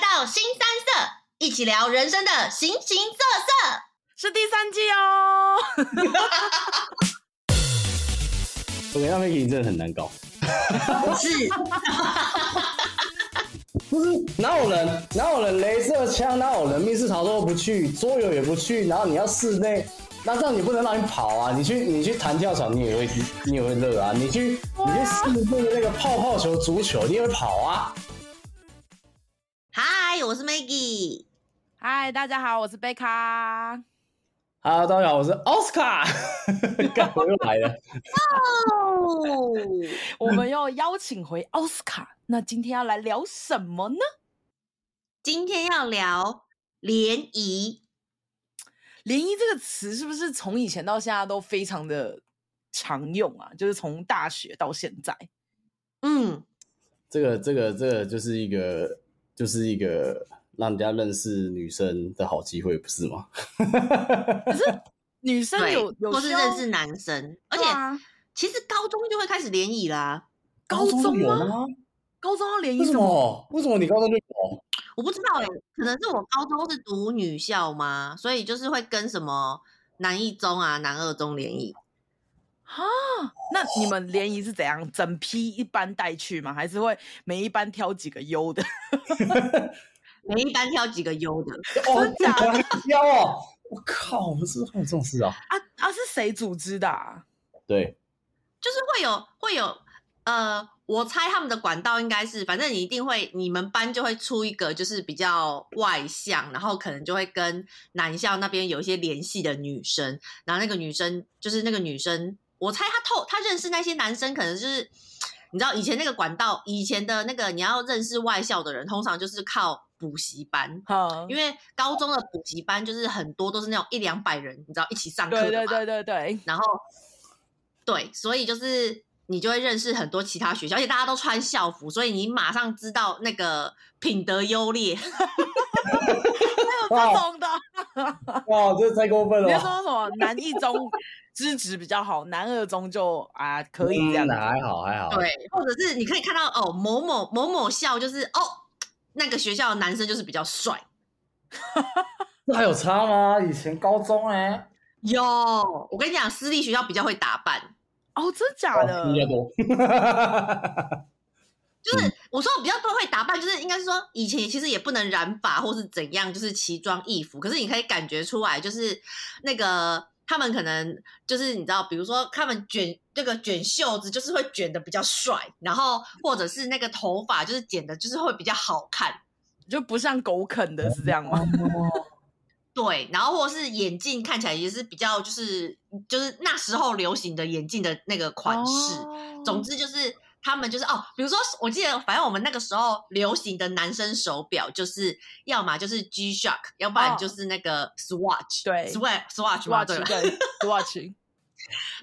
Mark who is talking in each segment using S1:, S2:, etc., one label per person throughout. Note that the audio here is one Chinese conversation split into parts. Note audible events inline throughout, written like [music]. S1: 到新三色，一起聊人生的形形色色。
S2: 是第三季哦。
S3: OK，那 Maggie 你真的很难搞，
S1: 不是，
S3: 不是哪有人哪有人镭射枪，哪有人密室逃脱不去，桌游也不去，然后你要室内，那这样你不能让你跑啊！你去你去弹跳床，你也会你也会热啊！你去你去室内那个泡泡球、足球，你也会跑啊！
S1: 嗨，我是 Maggie。
S2: 嗨，大家好，我是贝卡。
S3: 哈喽，大家好，我是奥斯卡， [laughs] 干我又来了。
S1: 哦，
S2: 我们又邀请回奥斯卡，那今天要来聊什么呢？
S1: [laughs] 今天要聊联谊，
S2: 联谊这个词是不是从以前到现在都非常的常用啊？就是从大学到现在，
S1: 嗯，
S3: 这个这个这个就是一个就是一个让人家认识女生的好机会，不是吗？
S2: 女生
S1: 对
S2: 有，有
S1: 或是
S2: 需要
S1: 认识男生，而且
S2: 对啊
S1: 其实高中就会开始联谊啦。
S2: 高中
S3: 有
S2: 吗？
S3: 吗？
S2: 高中要联谊
S3: 为什
S2: 什么？
S3: 么？为什么你高中就有？
S1: 我不知道哎、可能是我高中是读女校嘛，所以就是会跟什么南一中啊、南二中联谊。
S2: 啊，那你们联谊是怎样？整批一班带去吗？还是会每一班挑几个优的？
S1: 每一班挑几个优的，
S2: [laughs]
S3: 哦，
S2: 真假的
S3: 要哦！我靠，我是会有这种事啊？
S2: 啊啊，是谁组织的、啊？
S3: [laughs] 对，
S1: 就是会有会有呃，我猜他们的管道应该是，反正你一定会，你们班就会出一个就是比较外向，然后可能就会跟男校那边有一些联系的女生，然后那个女生就是那个女生，我猜她透她认识那些男生，可能就是你知道以前那个管道，以前的那个你要认识外校的人，通常就是靠补习班。
S2: 哈，
S1: 因为高中的补习班就是很多都是那种一两百人，你知道一起上课的
S2: 对对
S1: 嘛
S2: 对对对，
S1: 然后对，所以就是你就会认识很多其他学校，而且大家都穿校服，所以你马上知道那个品德优劣。
S2: 有 [laughs] 这种的。
S3: 哇，这太过分
S2: 哦你
S3: 了
S2: 就
S3: 吧。
S2: 说什么男一中资质比较好，男二中就啊可以这样
S3: 嗯。还好还好。
S1: 对，或者是你可以看到哦，某某某某校就是哦，那个学校的男生就是比较帅。
S3: 这还有差吗？以前高中
S2: [laughs]
S3: 哎，
S1: 有，我跟你讲，私立学校比较会打扮，
S2: 哦，真假的？
S3: 应该多。 [laughs]
S1: 就是我说比较不会打扮，就是应该是说以前其实也不能染发或是怎样，就是奇装异服。可是你可以感觉出来，就是那个他们可能就是你知道，比如说他们卷那个卷袖子，就是会卷的比较帅，然后或者是那个头发就是剪的，就是会比较好看。
S2: 就不像狗啃的是这样吗？
S1: 对，然后或是眼镜看起来也是比较就是就是那时候流行的眼镜的那个款式。
S2: 哦
S1: 总之就是他们就是哦，比如说我记得，反正我们那个时候流行的男生手表就是要么就是 G Shock，要不然就是那个 Swatch，、
S2: 对
S1: Swatch 哦 Swatch 嘛，
S2: watch
S1: 对吧？
S2: 对 watch，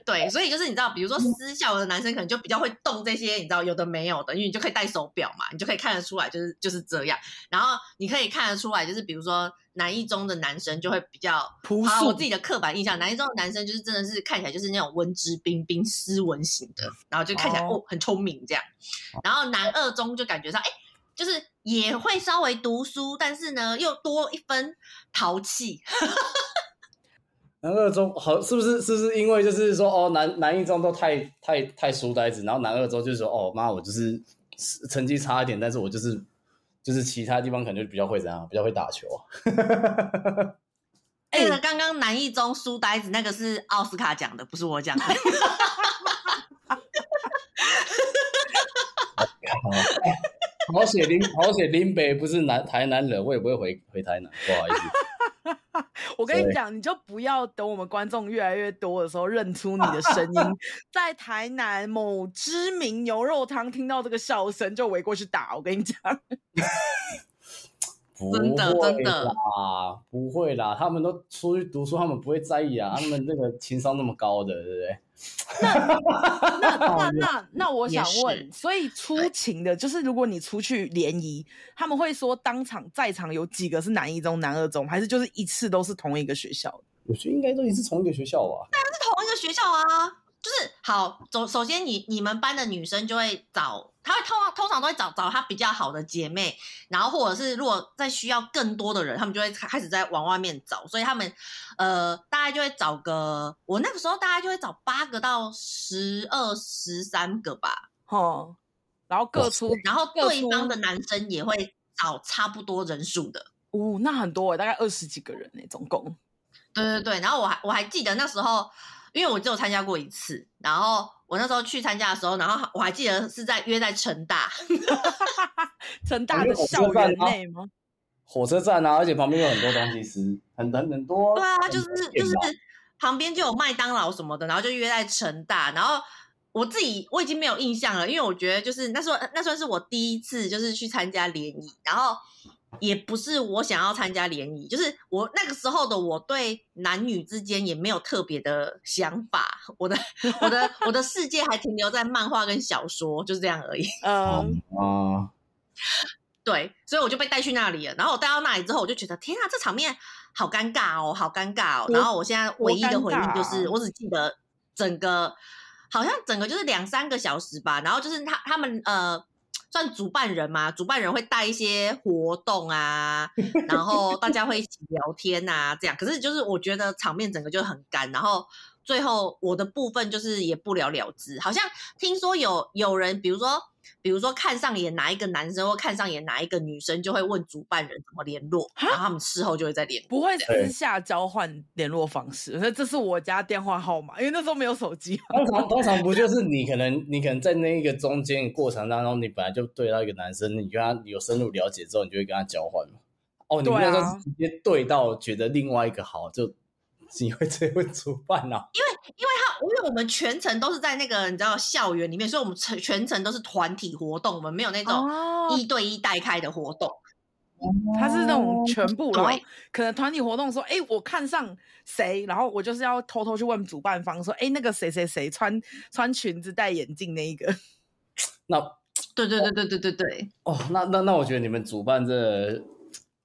S1: 对，所以就是你知道，比如说私校的男生可能就比较会动这些，你知道有的没有的，因为你就可以戴手表嘛，你就可以看得出来，就是就是这样。然后你可以看得出来，就是比如说南一中的男生就会比较
S2: [laughs] 朴
S1: 好啦，啊我
S2: 素
S1: 自己的刻板印象，男一中的男生就是真的是看起来就是那种文质彬彬、斯文型的，然后就看起来
S2: 哦
S1: 哦很聪明这样。然后男二中就感觉上，哎，就是也会稍微读书，但是呢又多一分淘气。
S3: 南二中好，是不是？是不是因为就是说，哦，南南一中都太太太书呆子，然后南二中就是说，哦妈，我就是成绩差一点，但是我就是就是其他地方可能就比较会怎样，比较会打球啊。
S1: 哎、那个刚刚南一中书呆子那个是奥斯卡讲的，不是我讲的。
S3: 好 [laughs] 好写林，好写林北不是南台南人，我也不会回回台南，不好意思。
S2: 我跟你讲，你就不要等我们观众越来越多的时候认出你的声音，在台南某知名牛肉汤听到这个笑声就围过去打。我跟你讲，
S3: 不
S1: 真的
S3: 会
S1: 真的
S3: 啦，不会啦，他们都出去读书，他们不会在意啊，他们那个情商那么高的，对不对？
S2: 那那那那我
S1: 也
S2: 想
S1: 是
S2: 问，所以出勤的，就是如果你出去联谊，他们会说当场在场有几个是男一中、男二中，还是就是一次都是同一个学校的？
S3: 我觉得应该都也是同一个学校吧。
S1: 同一个学校啊，就是好，首首先你你们班的女生就会找他会通通常都会找找他比较好的姐妹，然后或者是如果再需要更多的人，他们就会开开始在往外面找，所以他们呃大概就会找个，我那个时候大概就会找八个到十二十三个吧，
S2: 哦，然后各出
S1: 然后
S2: 各
S1: 对
S2: 出
S1: 方的男生也会找差不多人数的。
S2: 哦，那很多哎，大概二十几个人哎，总共。 [laughs]
S1: 对对对，然后我还我还记得那时候，因为我只有参加过一次，然后我那时候去参加的时候，然后我还记得是在约在成大，
S2: 成大
S3: 我
S2: 的
S3: 觉得我吃
S2: 校园
S3: 饭啊
S2: 内吗？嗯
S3: 火车站啊，而且旁边有很多东西吃，很很很多。
S1: 对啊，就是
S3: 很多
S1: 就
S3: 店
S1: 是
S3: 吧
S1: 旁边就有麦当劳什么的，然后就约在成大，然后我自己我已经没有印象了，因为我觉得就是那时候那算是我第一次就是去参加联谊，然后也不是我想要参加联谊，就是我那个时候的我对男女之间也没有特别的想法，我的我的我的世界还停留在漫画跟小说，就是这样而已。
S2: 嗯，
S3: 啊，
S1: 对，所以我就被带去那里了。然后我带到那里之后，我就觉得天啊，这场面好尴尬哦，好尴尬哦。
S2: 多
S1: 然后我现在唯一的回忆就
S2: 多尴尬
S1: 是，
S2: 啊
S1: 我只记得整个好像整个就是两三个小时吧。然后就是他他们呃。算主办人嘛，主办人会带一些活动啊，然后大家会一起聊天啊，这样。可是就是我觉得场面整个就很干，然后最后我的部分就是也不了了之。好像听说有有人，比如说比如说看上眼哪一个男生或看上眼哪一个女生，就会问主办人怎么联络，然后他们事后就会再联络。
S2: 不会
S3: 对
S2: 私下交换联络方式，那这是我家电话号码，因为那时候没有手机。
S3: 通常通常不就是你可能你可能在那一个中间的过程当中，你本来就对到一个男生，你跟他有深入了解之后，你就会跟他交换嘛。哦，你们
S2: 对啊
S3: 那时候直接对到觉得另外一个好，就你会这会 [laughs] 主办啊？
S1: 因为他，因为我们全程都是在那个你知道校园里面，所以我们全全程都是团体活动，我们没有那种
S2: [laughs] 哦
S1: 一对一带开的活动。
S2: 他是那种全部，哦然后
S1: 对
S2: 可能团体活动说，哎、我看上谁，然后我就是要偷偷去问主办方说，哎、那个谁谁谁穿穿裙子戴眼镜那一个， [laughs]
S3: 那
S1: 对对对对对对对，
S3: 哦，那那那我觉得你们主办这，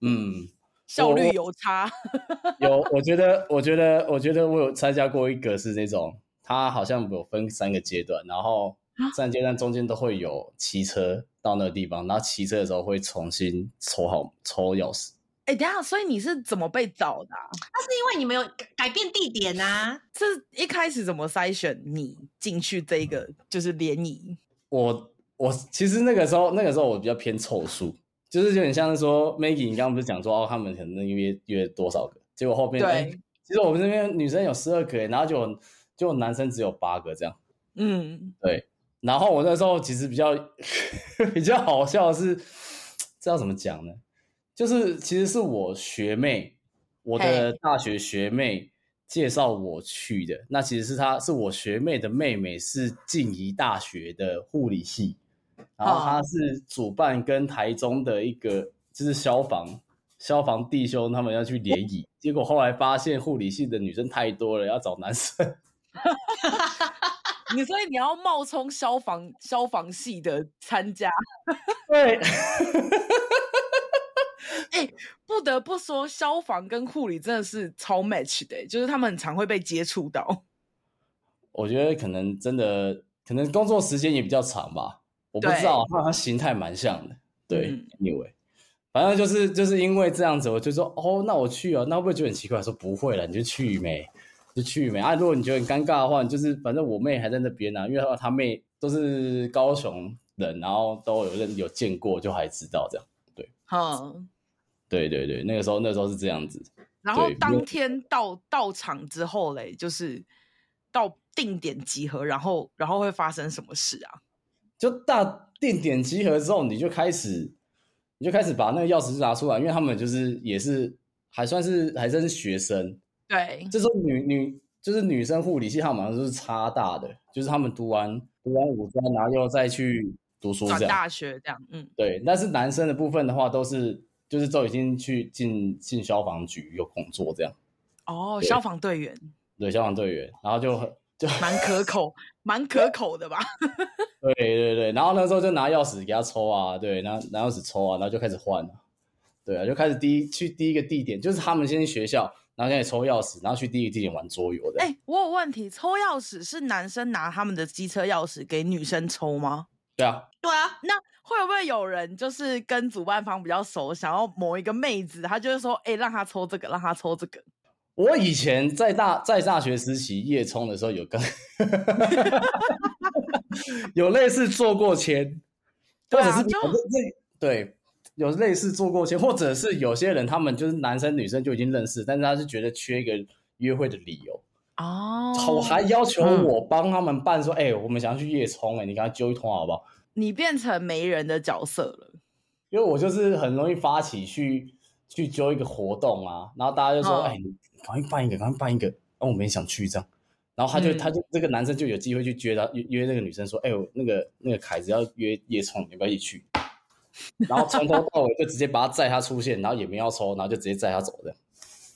S3: 嗯，
S2: 效率有差。
S3: [laughs] 有，我觉得，我觉得，我觉得我有参加过一个是那种，他好像有分三个阶段，然后三阶段中间都会有骑车到那个地方，然后骑车的时候会重新抽好抽钥匙。
S2: 哎、等一下，所以你是怎么被找的啊、
S1: 那是因为你们有改改变地点啊。
S2: 这一开始怎么筛选你进去这一个就是联谊？
S3: 我我其实那个时候，那个时候我比较偏凑数，就是有点像是说 Maggie，你刚刚不是讲说哦，他们可能约约多少个，结果后面
S2: 对
S3: 哎其实我们这边女生有十二个，然后就就男生只有八个这样。
S2: 嗯，
S3: 然后我那时候其实比较比较好笑的是，这要怎么讲呢？就是其实是我学妹，我的大学学妹介绍我去的。那其实是她是我学妹的妹妹，是静宜大学的护理系，然后她是主办跟台中的一个就是消防消防弟兄他们要去联谊，结果后来发现护理系的女生太多了，要找男生。
S2: 你所以你要冒充消防消防系的参加，
S3: 对，
S2: 不得不说，消防跟护理真的是超 match 的、欸就是他们很常会被接触到。 [laughs]
S3: 我觉得可能真的，可能工作时间也比较长吧，我不
S2: 对
S3: 知道，他他形态蛮像的。对
S2: 嗯
S3: ，anyway，反正就是就是因为这样子，我就说哦，那我去啊，那会不会觉得很奇怪？说不会了，你就去没，你就去没啊。如果你觉得很尴尬的话，你就是反正我妹还在那边呢、啊因为她她妹都是高雄人，然后都有认有见过，就还知道这样。
S2: 嗯，
S3: 对对对，那个时候那时候是这样子。
S2: 然后
S3: 对因
S2: 当
S3: 为
S2: 天到到场之后嘞，就是到定点集合，然后然后会发生什么事啊？
S3: 就大定点集合之后，你就开始，你就开始把那个钥匙拿出来，因为他们就是也是还算是还算是学生，
S2: 对，
S3: 这时候女女就是女生护理系，他们好像都是差大的，就是他们读完读完五专，然后又再去读书
S2: 转
S3: 这样。
S2: 大学这样，嗯，
S3: 对，但是男生的部分的话，都是就是都已经去进进消防局有工作这样，
S2: 哦，
S3: 对
S2: 消防队员
S3: 对，消防队员，然后就很就
S2: 蛮可口，蛮可口的吧？
S3: 对对对，然后那时候就拿钥匙给他抽啊，对，拿拿钥匙抽啊，然后就开始换了、对啊，就开始第一去第一个地点，就是他们先去学校，然后开始抽钥匙，然后去第一个地点玩桌游
S2: 哎
S3: 的。
S2: 哎、我有问题，抽钥匙是男生拿他们的机车钥匙给女生抽吗？
S3: 对啊，
S1: 对啊，
S2: 那会不会有人就是跟主办方比较熟，想要某一个妹子，他就会说，哎、让他抽这个，让他抽这个。
S3: 我以前在大在大学时期夜冲的时候有
S2: [laughs]
S3: 跟，有类似做过签，
S2: 对啊
S3: 或者是
S2: 就
S3: 有类对有类似做过签，或者是有些人他们就是男生女生就已经认识，但是他是觉得缺一个约会的理由，
S2: 哦
S3: 我还要求我帮他们办说，哎、我们想要去夜冲，哎，你给他揪一通好不好？
S2: 你变成媒人的角色了。
S3: 因为我就是很容易发起去去揪一个活动啊，然后大家就说，
S2: 嗯
S3: 哎、你赶快办一个，赶快办一个，哦那、我们也想去这样。然后他就、
S2: 嗯
S3: 他就这个男生就有机会去约他约约那个女生说，哎、我那个那个凯子要约夜冲，你要不要一起去？然后从头到尾就直接把他载他出现，然后也没要抽，然后就直接载他走的。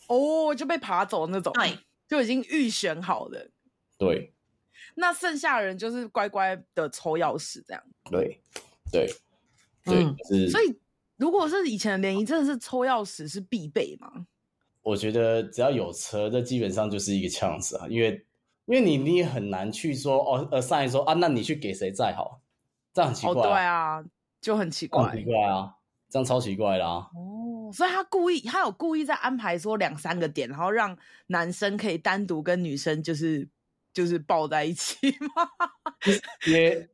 S2: 哦，就被爬走那种，
S1: 对，
S2: 就已经预选好的。
S3: 对
S2: 那剩下的人就是乖乖的抽钥匙这样。
S3: 对对对，
S1: 嗯
S3: 就是
S2: 所以，如果是以前的联谊，真的是抽钥匙是必备嘛？
S3: 我觉得只要有车，这基本上就是一个 chance 啊，因为因为你你也很难去说哦，呃，上来说啊，那你去给谁载好，这样很奇
S2: 哦，
S3: 怪、
S2: 对，啊，就很奇
S3: 这样
S2: 怪。
S3: 很奇怪啊，这样超奇怪啊啦、
S2: 哦，所以他故意，他有故意在安排说两三个点，然后让男生可以单独跟女生就是就是抱在一起吗？ [laughs]
S3: 也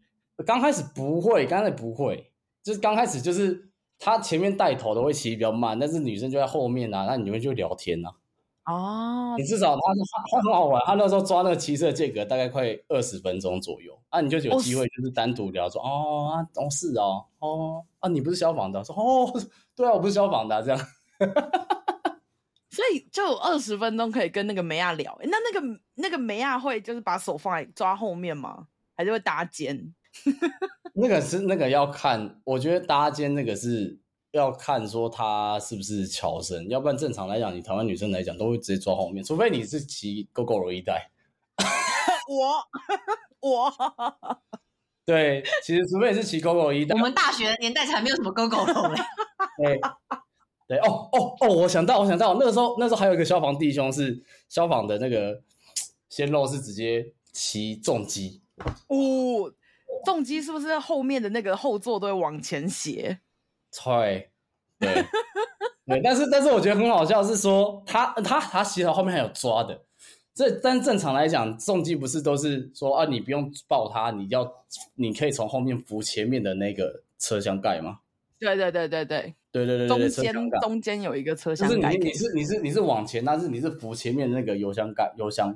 S3: 刚开始不会，刚开始不会，就是刚开始就是他前面带头的会骑比较慢，但是女生就在后面啊，那你们就聊天啊，
S2: 哦
S3: 你，至少他他他很好玩，他那时候抓那个骑车的间隔大概快二十分钟左右，啊，你就有机会就是单独聊说哦啊哦是哦哦啊你不是消防的，说哦对啊我不是消防的啊、这样， [laughs]
S2: 所以就有二十分钟可以跟那个梅亚聊。诶那那个那个梅亚会就是把手放在抓后面吗？还是会搭肩？
S3: 那个是那个要看，我觉得搭肩那个是要看说他是不是乔生，要不然正常来讲，你台湾女生来讲都会直接抓后面，除非你是骑 GoGo 柔一带，
S2: 我 [laughs] 我
S3: 对，其实除非你是骑 GoGo 一带
S1: 我，们大学的年代才没有什么勾勾龙
S3: [laughs]
S1: 嘞。
S3: 对，对，哦哦哦，我想到，我想到，那个时候，那时候还有一个消防弟兄是消防的那个鲜肉是直接骑重机，
S2: 我重击是不是后面的那个后座都会往前斜？
S3: 对，对，对，但是但是我觉得很好笑是说他他他骑到后面还有抓的，这但正常来讲重机不是都是说啊你不用抱他，你要你可以从后面扶前面的那个车厢盖吗？
S2: 对对对对对，
S3: 对对对对
S2: 中
S3: 对，车
S2: 间
S3: 厢盖。
S2: 中间有一个车
S3: 就
S2: 厢
S3: 是
S2: 盖
S3: 你
S2: 可以
S3: 你是你是你是往前，但是你是扶前面那个油箱盖油箱，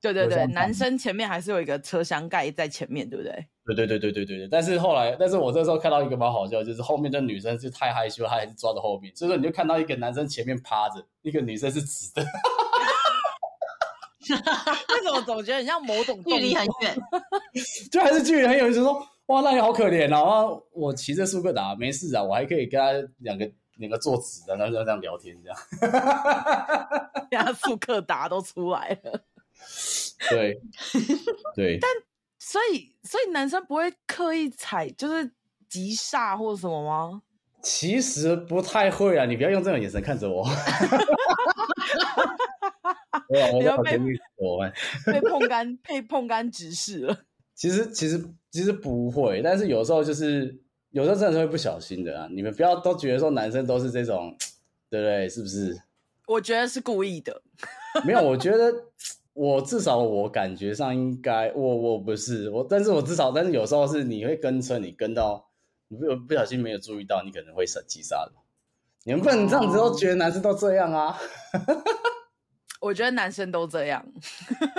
S2: 对对
S3: 有
S2: 对，
S3: 相
S2: 男
S3: 反
S2: 生前面还是有一个车厢盖在前面，对不对？ [laughs]
S3: 对对对对对对对，但是后来，但是我这时候看到一个蛮好笑的，就是后面的女生是太害羞，她还是抓着后面，所以说你就看到一个男生前面趴着，一个女生是直的， [laughs]
S2: 为什么总觉得很像某种
S1: 距离
S2: 动
S1: 很
S2: 作
S1: 远，
S3: 就还是距离很远，就说哇，那你好可怜啊，哇我骑着苏格达没事啊，我还可以跟他两个两个坐直的，然后就这样聊天这样，
S2: 人家啊速克达都出来了， [laughs]
S3: 对对，
S2: 所以所以男生不会刻意踩，就是急刹或什么吗？
S3: 其实不太会啊，你不要用这种眼神看着我， [laughs] 没有，啊我
S2: 不要
S3: 我
S2: 被
S3: 肯定我们。
S2: 被碰杆被碰杆直视了。
S3: 其实其实其实不会，但是有时候就是有时候真的是会不小心的啊。你们不要都觉得说男生都是这种，对不对？是不是？
S2: 我觉得是故意的，
S3: 没有，我觉得我至少我感觉上应该我我不是我，但是我至少但是有时候是你会跟车，你跟到你不不小心没有注意到，你可能会闪击杀的。你们不能这样子都觉得男生都这样啊？ [laughs]
S2: 我觉得男生都这样。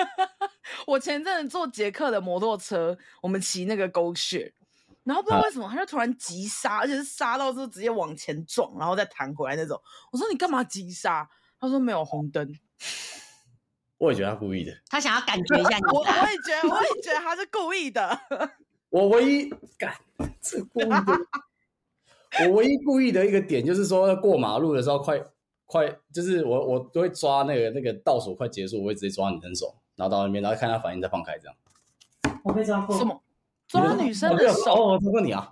S2: [laughs] 我前阵子坐捷克的摩托车，我们骑那个 Go Share，然后不知
S3: 嗯
S2: 道为什么他就突然急刹，而且是刹到就直接往前撞，然后再弹回来那种。我说你干嘛急刹？他说没有红灯。
S3: 我也觉得他故意的。
S1: 他想要感觉一下你
S2: 我我也觉得，我也觉得他是故意
S3: [laughs]
S2: 的。
S3: 我唯一干这个故意的，我唯一故意的一个点就是说，过马路的时候快快，就是我我都会抓那个那个倒数快结束，我会直接抓你伸手，然后到那边，然后看他反应再放开这样。我被抓过
S2: 什？么抓女生
S3: 我没
S2: 的
S3: 有
S2: 手？
S3: 哦，我抓过你啊！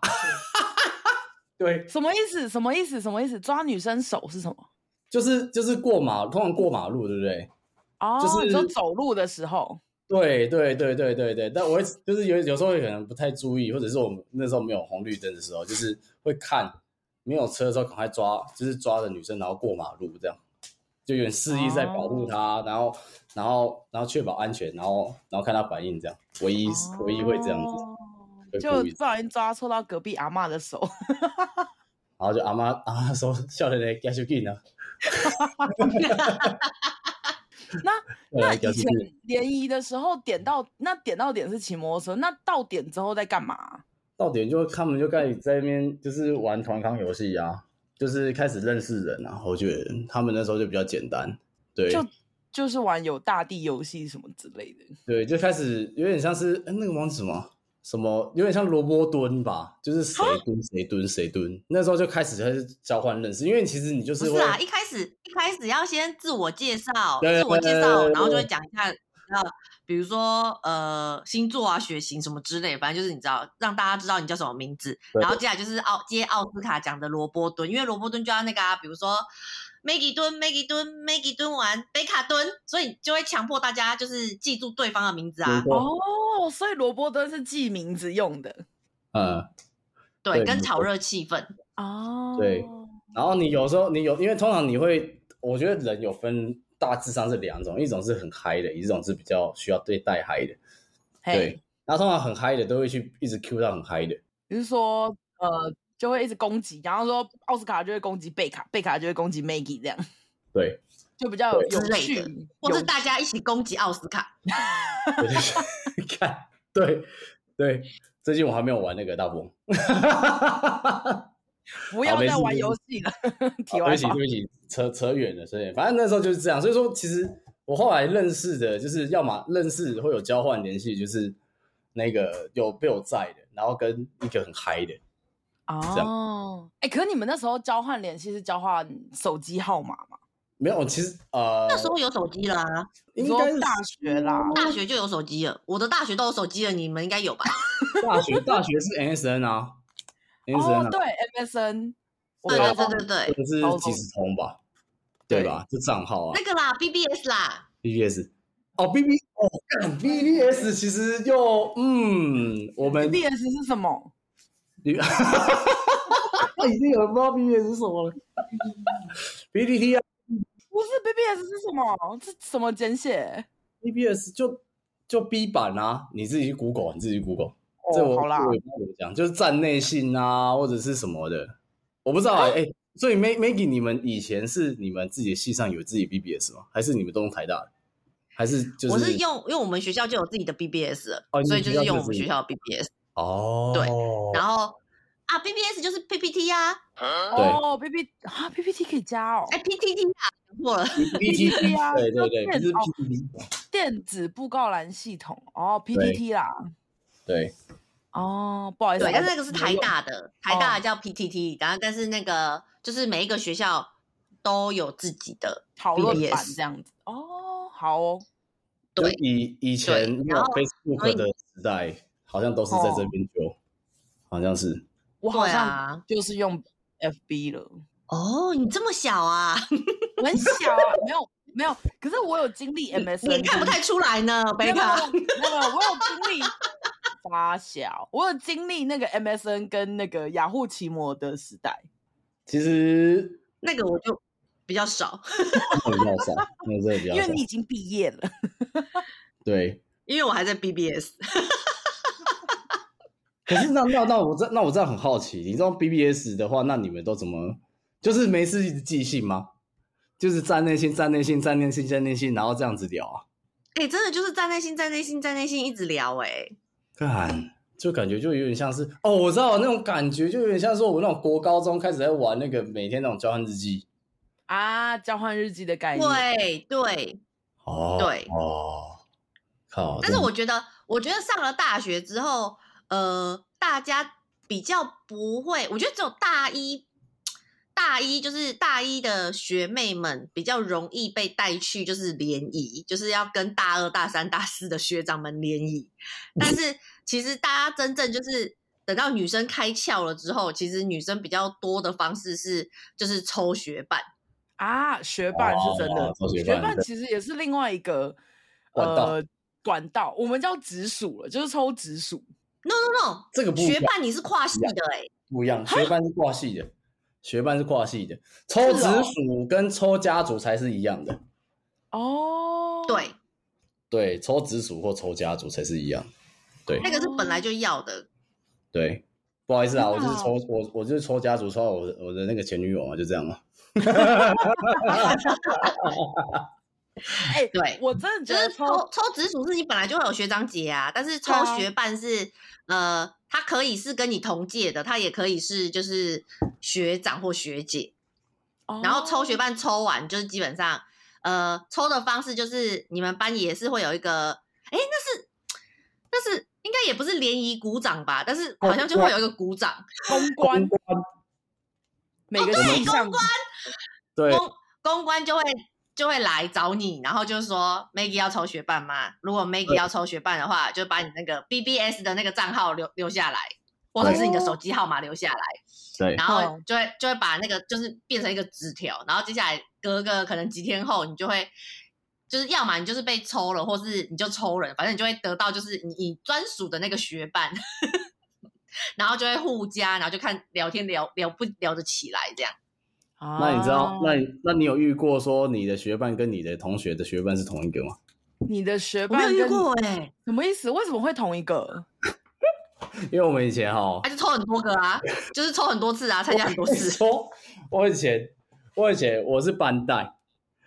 S3: [laughs] 对，
S2: 什么意思？什么意思？什么意思？抓女生手是什么？
S3: 就是就是过马，通常过马路，对不对？
S2: 哦，
S3: 就是
S2: 你说走路的时候，
S3: 对对对对对对，但我会就是有有时候会可能不太注意，或者是我们那时候没有红绿灯的时候，就是会看没有车的时候赶快抓，就是抓着女生然后过马路这样，就有点示意在保
S2: 哦
S3: 护她，然后然后然后确保安全，然后然后看她反应这样，唯一、唯一会这样子，
S2: 哦
S3: 会
S2: 就
S3: 故意
S2: 不小心抓错到隔壁阿嬷的手，
S3: 然后就阿妈阿妈说笑脸嘞，加手 [laughs] 劲啊，
S2: [laughs] 那
S3: 对
S2: 那
S3: 啊，加
S2: 以前
S3: 手劲，
S2: 联谊的时候点到那点到点是骑摩托车，那到点之后在干嘛？啊
S3: 到点就他们就开始在那边就是玩团康游戏啊，就是开始认识人啊，我觉得他们那时候就比较简单，对，
S2: 就就是玩有大地游戏什么之类的。
S3: 对，就开始有点像是哎、那个网址什么什么，有点像萝卜蹲吧，就是谁
S1: 啊
S3: 蹲谁蹲谁蹲。那时候就开始开始交换认识，因为其实你就
S1: 不
S3: 会
S1: 是啊，一开始一开始要先自我介绍，
S3: 对
S1: 自我介
S3: 对对
S1: 绍，
S3: 对
S1: 然后就会讲一下，呃，比如说呃星座啊、血型什么之类，反正就是你知道让大家知道你叫什么名字。
S3: 对
S1: 然后接下来就是奥接奥斯卡讲的萝卜蹲，因为萝卜蹲就要那个啊，比如说 Maggie 蹲、Maggie 蹲、Maggie 蹲完贝卡蹲，所以就会强迫大家就是记住对方的名字啊
S3: 没。错
S2: 哦，所以萝卜蹲是记名字用的
S3: 嗯，
S1: 对，
S3: 对
S1: 跟
S3: 没
S1: 炒
S3: 错
S1: 热气氛。
S2: 哦。
S3: 对然后你有时候你有，因为通常你会，我觉得人有分大致上是两种，一种是很嗨的，一种是比较需要对带嗨的，
S2: 嘿
S3: 对。然后通常很嗨的都会去一直 Q 到很嗨的，
S2: 比如说呃，就会一直攻击，然后说奥斯卡就会攻击贝卡，贝卡就会攻击 Maggie，这样
S3: 对，
S2: 就比较有
S3: 对
S2: 有
S1: 之类
S2: 趣
S1: 的，或是
S2: 有
S1: 大家一起攻击奥斯卡，
S3: 我就是 [laughs] 看，对对，最近我还没有玩那个大富翁。
S2: 不要
S3: 没
S2: 再
S3: 事
S2: 玩
S3: 没事
S2: 游戏了。 [laughs] 题
S3: 啊
S2: 外
S3: [laughs] 对不起，
S2: 话，
S3: 对不起，扯扯远了，扯远。反正那时候就是这样，所以说其实我后来认识的，就是要么认识会有交换联系，就是那个有被我在的，然后跟一个很嗨的，样
S2: 哦，哎、可是你们那时候交换联系是交换手机号码吗？
S3: 没有，其实呃，
S1: 那时候有手机了啊。
S2: 你
S3: 应
S2: 说
S3: 该是
S2: 大学啦，
S1: 大学就有手机了，我的大学都有手机了，你们应该有吧？
S3: 大学，大学是 MSN 啊，MSN
S2: 哦，
S3: 啊，
S2: 对，MSN，我
S1: 对
S2: 高
S1: 对
S2: 中
S1: 对对对，
S3: 就是
S2: 高中
S3: 即时通吧，对吧？这账号啊
S1: 那个啦，BBS 啦，
S3: ，BBS。哦，B B 哦干，BBS 其实又嗯，我们
S2: BBS 是什
S3: [laughs]
S2: 么？
S3: 已经有人不知道 BBS 是什么了，BBT 啊。
S2: 不是 BBS 是什么？是什么简写？
S3: BBS 就就 B 版啊，你自己去 Google，你自己去 Google。这
S2: 哦，
S3: 我
S2: 好啦
S3: 这，我也不知道怎么讲，就是站内信啊，或者是什么的，我不知道哎、欸所以 Mag Maggie，你们以前是你们自己的系上有自己 BBS 吗？还是你们都用台大的？还是就是
S1: 我是用，因为我们学校就有自己的 BBS 了，
S3: 哦你
S1: 所
S3: 们
S1: 以就
S3: 学校
S1: 是用
S3: 就
S1: 我们
S3: 是
S1: 学校的 BBS，
S3: 哦，
S1: 对然后啊，BBS 就是 PPT 啊，
S3: 对
S2: 哦，B B 啊，PPT 可以加哦，
S1: 哎，PTT 啊，讲错了，
S3: PPT
S2: 啊
S3: 对对
S2: 就是
S3: 对，不是
S2: 哦
S3: PPT，
S2: 电子布告栏系统哦，PPT 啦，
S3: 对
S2: 哦，不好意思，
S1: 对，但是那
S2: 我
S1: 个是台大的，台大的叫 PTT，然后但是那个就是每一个学校都有自己的，
S2: 讨论版
S1: BBS
S2: 这样子哦，好哦，
S1: 对
S3: 就以以前没
S1: 对
S3: 有
S1: 然后哦
S3: Facebook 的时代，好像都是在这边就，好像是
S2: 我好
S1: 对
S2: 像
S1: 啊，
S2: 就是用 FB 了。
S1: 哦，你这么小啊，
S2: 我很小啊，没有没有，可是我有经历 MSN，
S1: 你也看不太出来呢，
S2: 没
S1: 贝
S2: 有没
S1: 卡
S2: 有，没有，我有经历发小，我有经历那个 MSN 跟那个雅虎奇摩的时代，
S3: 其实
S1: 那个我就比较少， [laughs]
S3: 那比较少，那真的比较
S2: 因
S3: 少
S2: 为，你已经毕业了。
S3: 对。
S1: 因为我还在 BBS。
S3: 可是那那那我这那我这样很好奇，你知道 BBS 的话，那你们都怎么就是没事一直寄信吗？就是站内信、站内信、站内信、站内信，然后这样子聊啊？
S1: 哎、真的就是站内心、站内心、站内心一直聊哎、
S3: 看，就感觉就有点像是哦，我知道那种感觉，就有点像是我那种国高中开始在玩那个每天那种交换日记。
S2: 啊，交换日记的概念，
S1: 对对，
S3: 哦，
S1: 对
S3: 哦，靠！
S1: 但是我觉得，我觉得上了大学之后，呃，大家比较不会，我觉得只有大一，大一就是大一的学妹们比较容易被带去，就是联谊，就是要跟大二、大三、大四的学长们联谊。但是其实大家真正就是等到女生开窍了之后，其实女生比较多的方式是就是抽学伴。
S2: 啊，学伴是真的
S3: 哦，哦哦学
S2: 学
S3: 伴
S2: 伴其实也是另外一个
S3: 管道
S2: 呃管道，我们叫直属了，就是抽直属。
S1: No No
S3: 这个
S1: No，
S3: 不一
S1: 学
S3: 样，
S1: 霸你是跨系的哎、
S3: 不一样，学班是跨系的，学班是跨系的，抽直
S2: 是哦
S3: 属跟抽家族才是一样的，
S2: 哦，
S1: 对，
S3: 对，抽直属或抽家族才是一样，对
S1: 那个是本来就要的。
S3: 对，不好意思啊，我
S2: 真
S3: 就
S2: 的
S3: 是
S2: 哦
S3: 抽我我就是抽家族，抽到我的我的那个前女友嘛，就这样嘛，
S2: 哎、
S1: 对
S2: 我真的觉
S1: 就
S2: 得
S1: 是抽抽直属是你本来就会有学长姐啊，但是抽
S2: 对啊
S1: 学伴是、呃，他可以是跟你同届的，他也可以是就是学长或学姐。
S2: 哦
S1: 然后抽学
S2: 霸
S1: 伴抽完，就是基本上呃抽的方式就是你们班也是会有一个，哎，那是那是应该也不是联谊鼓掌吧，但是好像就会有一个鼓掌。
S2: 公关， [laughs] 每个
S1: 哦对
S2: 形象
S3: 对，
S2: 哦
S1: 公公关就会就会来找你，然后就说 Maggie 要抽学伴吗？如果 Maggie
S3: 对
S1: 要抽学伴的话，就把你那个 BBS 的那个账号留留下来，或者是你的手机号码留下来，
S3: 对
S1: 然后
S2: 嗯
S1: 就会就会把那个就是变成一个纸条，然后接下来隔个可能几天后，你就会。就是要么你就是被抽了，或是你就抽人，反正你就会得到就是你你专属的那个学伴， [laughs] 然后就会互加，然后就看聊天聊聊不聊得起来这样。
S3: 那你知道，
S2: 啊
S3: 那你那你有遇过说你的学伴跟你的同学的学伴是同一个吗？
S2: 你的学
S1: 我没有
S2: 伴
S1: 遇
S2: 跟
S1: 过哎、
S2: 什么意思？为什么会同一个？
S3: 因为我们以前哈
S1: 他，就抽很多个啊，就是抽很多次啊，参加很多次。
S3: 说， [laughs] 我以前我以前我是班带，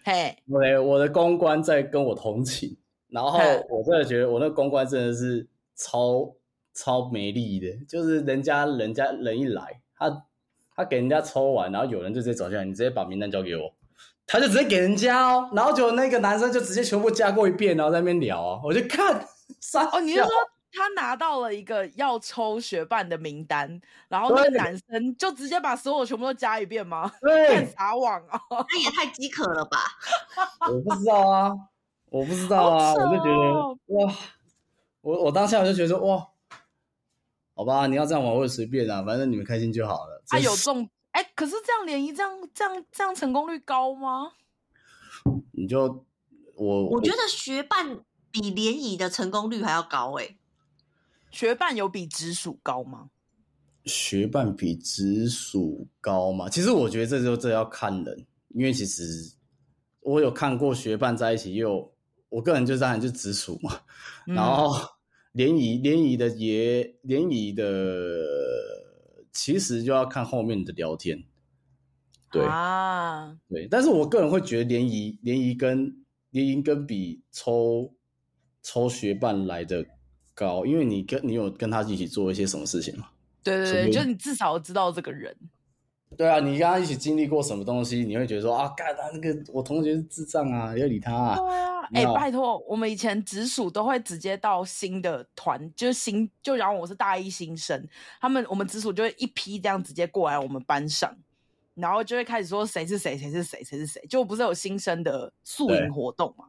S2: 嘿，
S3: 我的我的公关在跟我同寝，然后
S2: 嗯
S3: 我真的觉得我那个公关真的是超超没力的，就是人家人家人一来，他他给人家抽完，然后有人就直接走进来，你直接把名单交给我。他就直接给人家哦，然后就那个男生就直接全部加过一遍，然后在那边聊啊，我就看，傻
S2: 哦，你是
S3: 笑
S2: 说他拿到了一个要抽学伴的名单，然后那个
S3: 对
S2: 男生就直接把所有全部都加一遍吗？ [laughs]
S3: 对
S2: 看，撒网啊！
S1: 那也太饥渴了吧？
S3: 我不知道啊，我不知道啊，
S2: 好扯
S3: 我就觉
S2: 哦
S3: 得哇，我我当下我就觉得说哇，好吧，你要这样玩我也随便啊，反正你们开心就好了。
S2: 啊，
S3: 真
S2: 有
S3: 是
S2: 中哎、可是这样联谊，这样这样这样成功率高吗？
S3: 你就我
S1: 我觉得学伴比联谊的成功率还要高哎、
S2: 学伴有比直属高吗？
S3: 学伴比直属高嘛，其实我觉得这就这要看人，因为其实我有看过学伴在一起，也有我个人就当然就直属嘛，
S2: 嗯
S3: 然后联谊联谊的也联谊的，其实就要看后面的聊天。对
S2: 啊，
S3: 对，但是我个人会觉得联谊联谊跟联谊跟比抽抽学伴来的高，因为你跟你有跟他一起做一些什么事情嘛？
S2: 对对
S3: 什么
S2: 对，
S3: 意
S2: 就
S3: 思
S2: 你至少知道这个人。
S3: 对啊，你跟他一起经历过什么东西，你会觉得说啊，干他那个我同学是智障啊，要理他啊。
S2: 对啊，
S3: 没
S2: 哎、
S3: 有
S2: 拜托，我们以前直属都会直接到新的团，就是新，就然后我是大一新生，他们我们直属就会一批这样直接过来我们班上，然后就会开始说谁是谁，谁是谁，谁是谁，就不是有新生的宿
S3: 对
S2: 营活动嘛，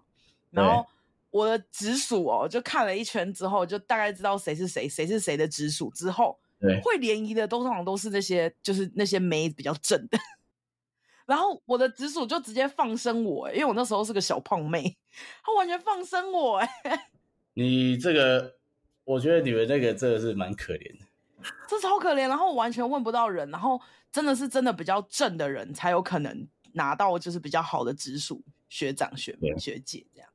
S2: 然
S3: 对
S2: 后。我的直属哦，就看了一圈之后，就大概知道谁是谁，谁是谁的直属之后，
S3: 对
S2: 会联谊的都通常都是那些就是那些妹比较正的。 [laughs] 然后我的直属就直接放生我、欸因为我那时候是个小胖妹，她完全放生我、哎，
S3: 你这个，我觉得你们那个真的是蛮可怜的。
S2: [laughs] 这超可怜。然后我完全问不到人，然后真的是真的比较正的人才有可能拿到就是比较好的直属学长、学妹、
S3: 对
S2: 学姐这样。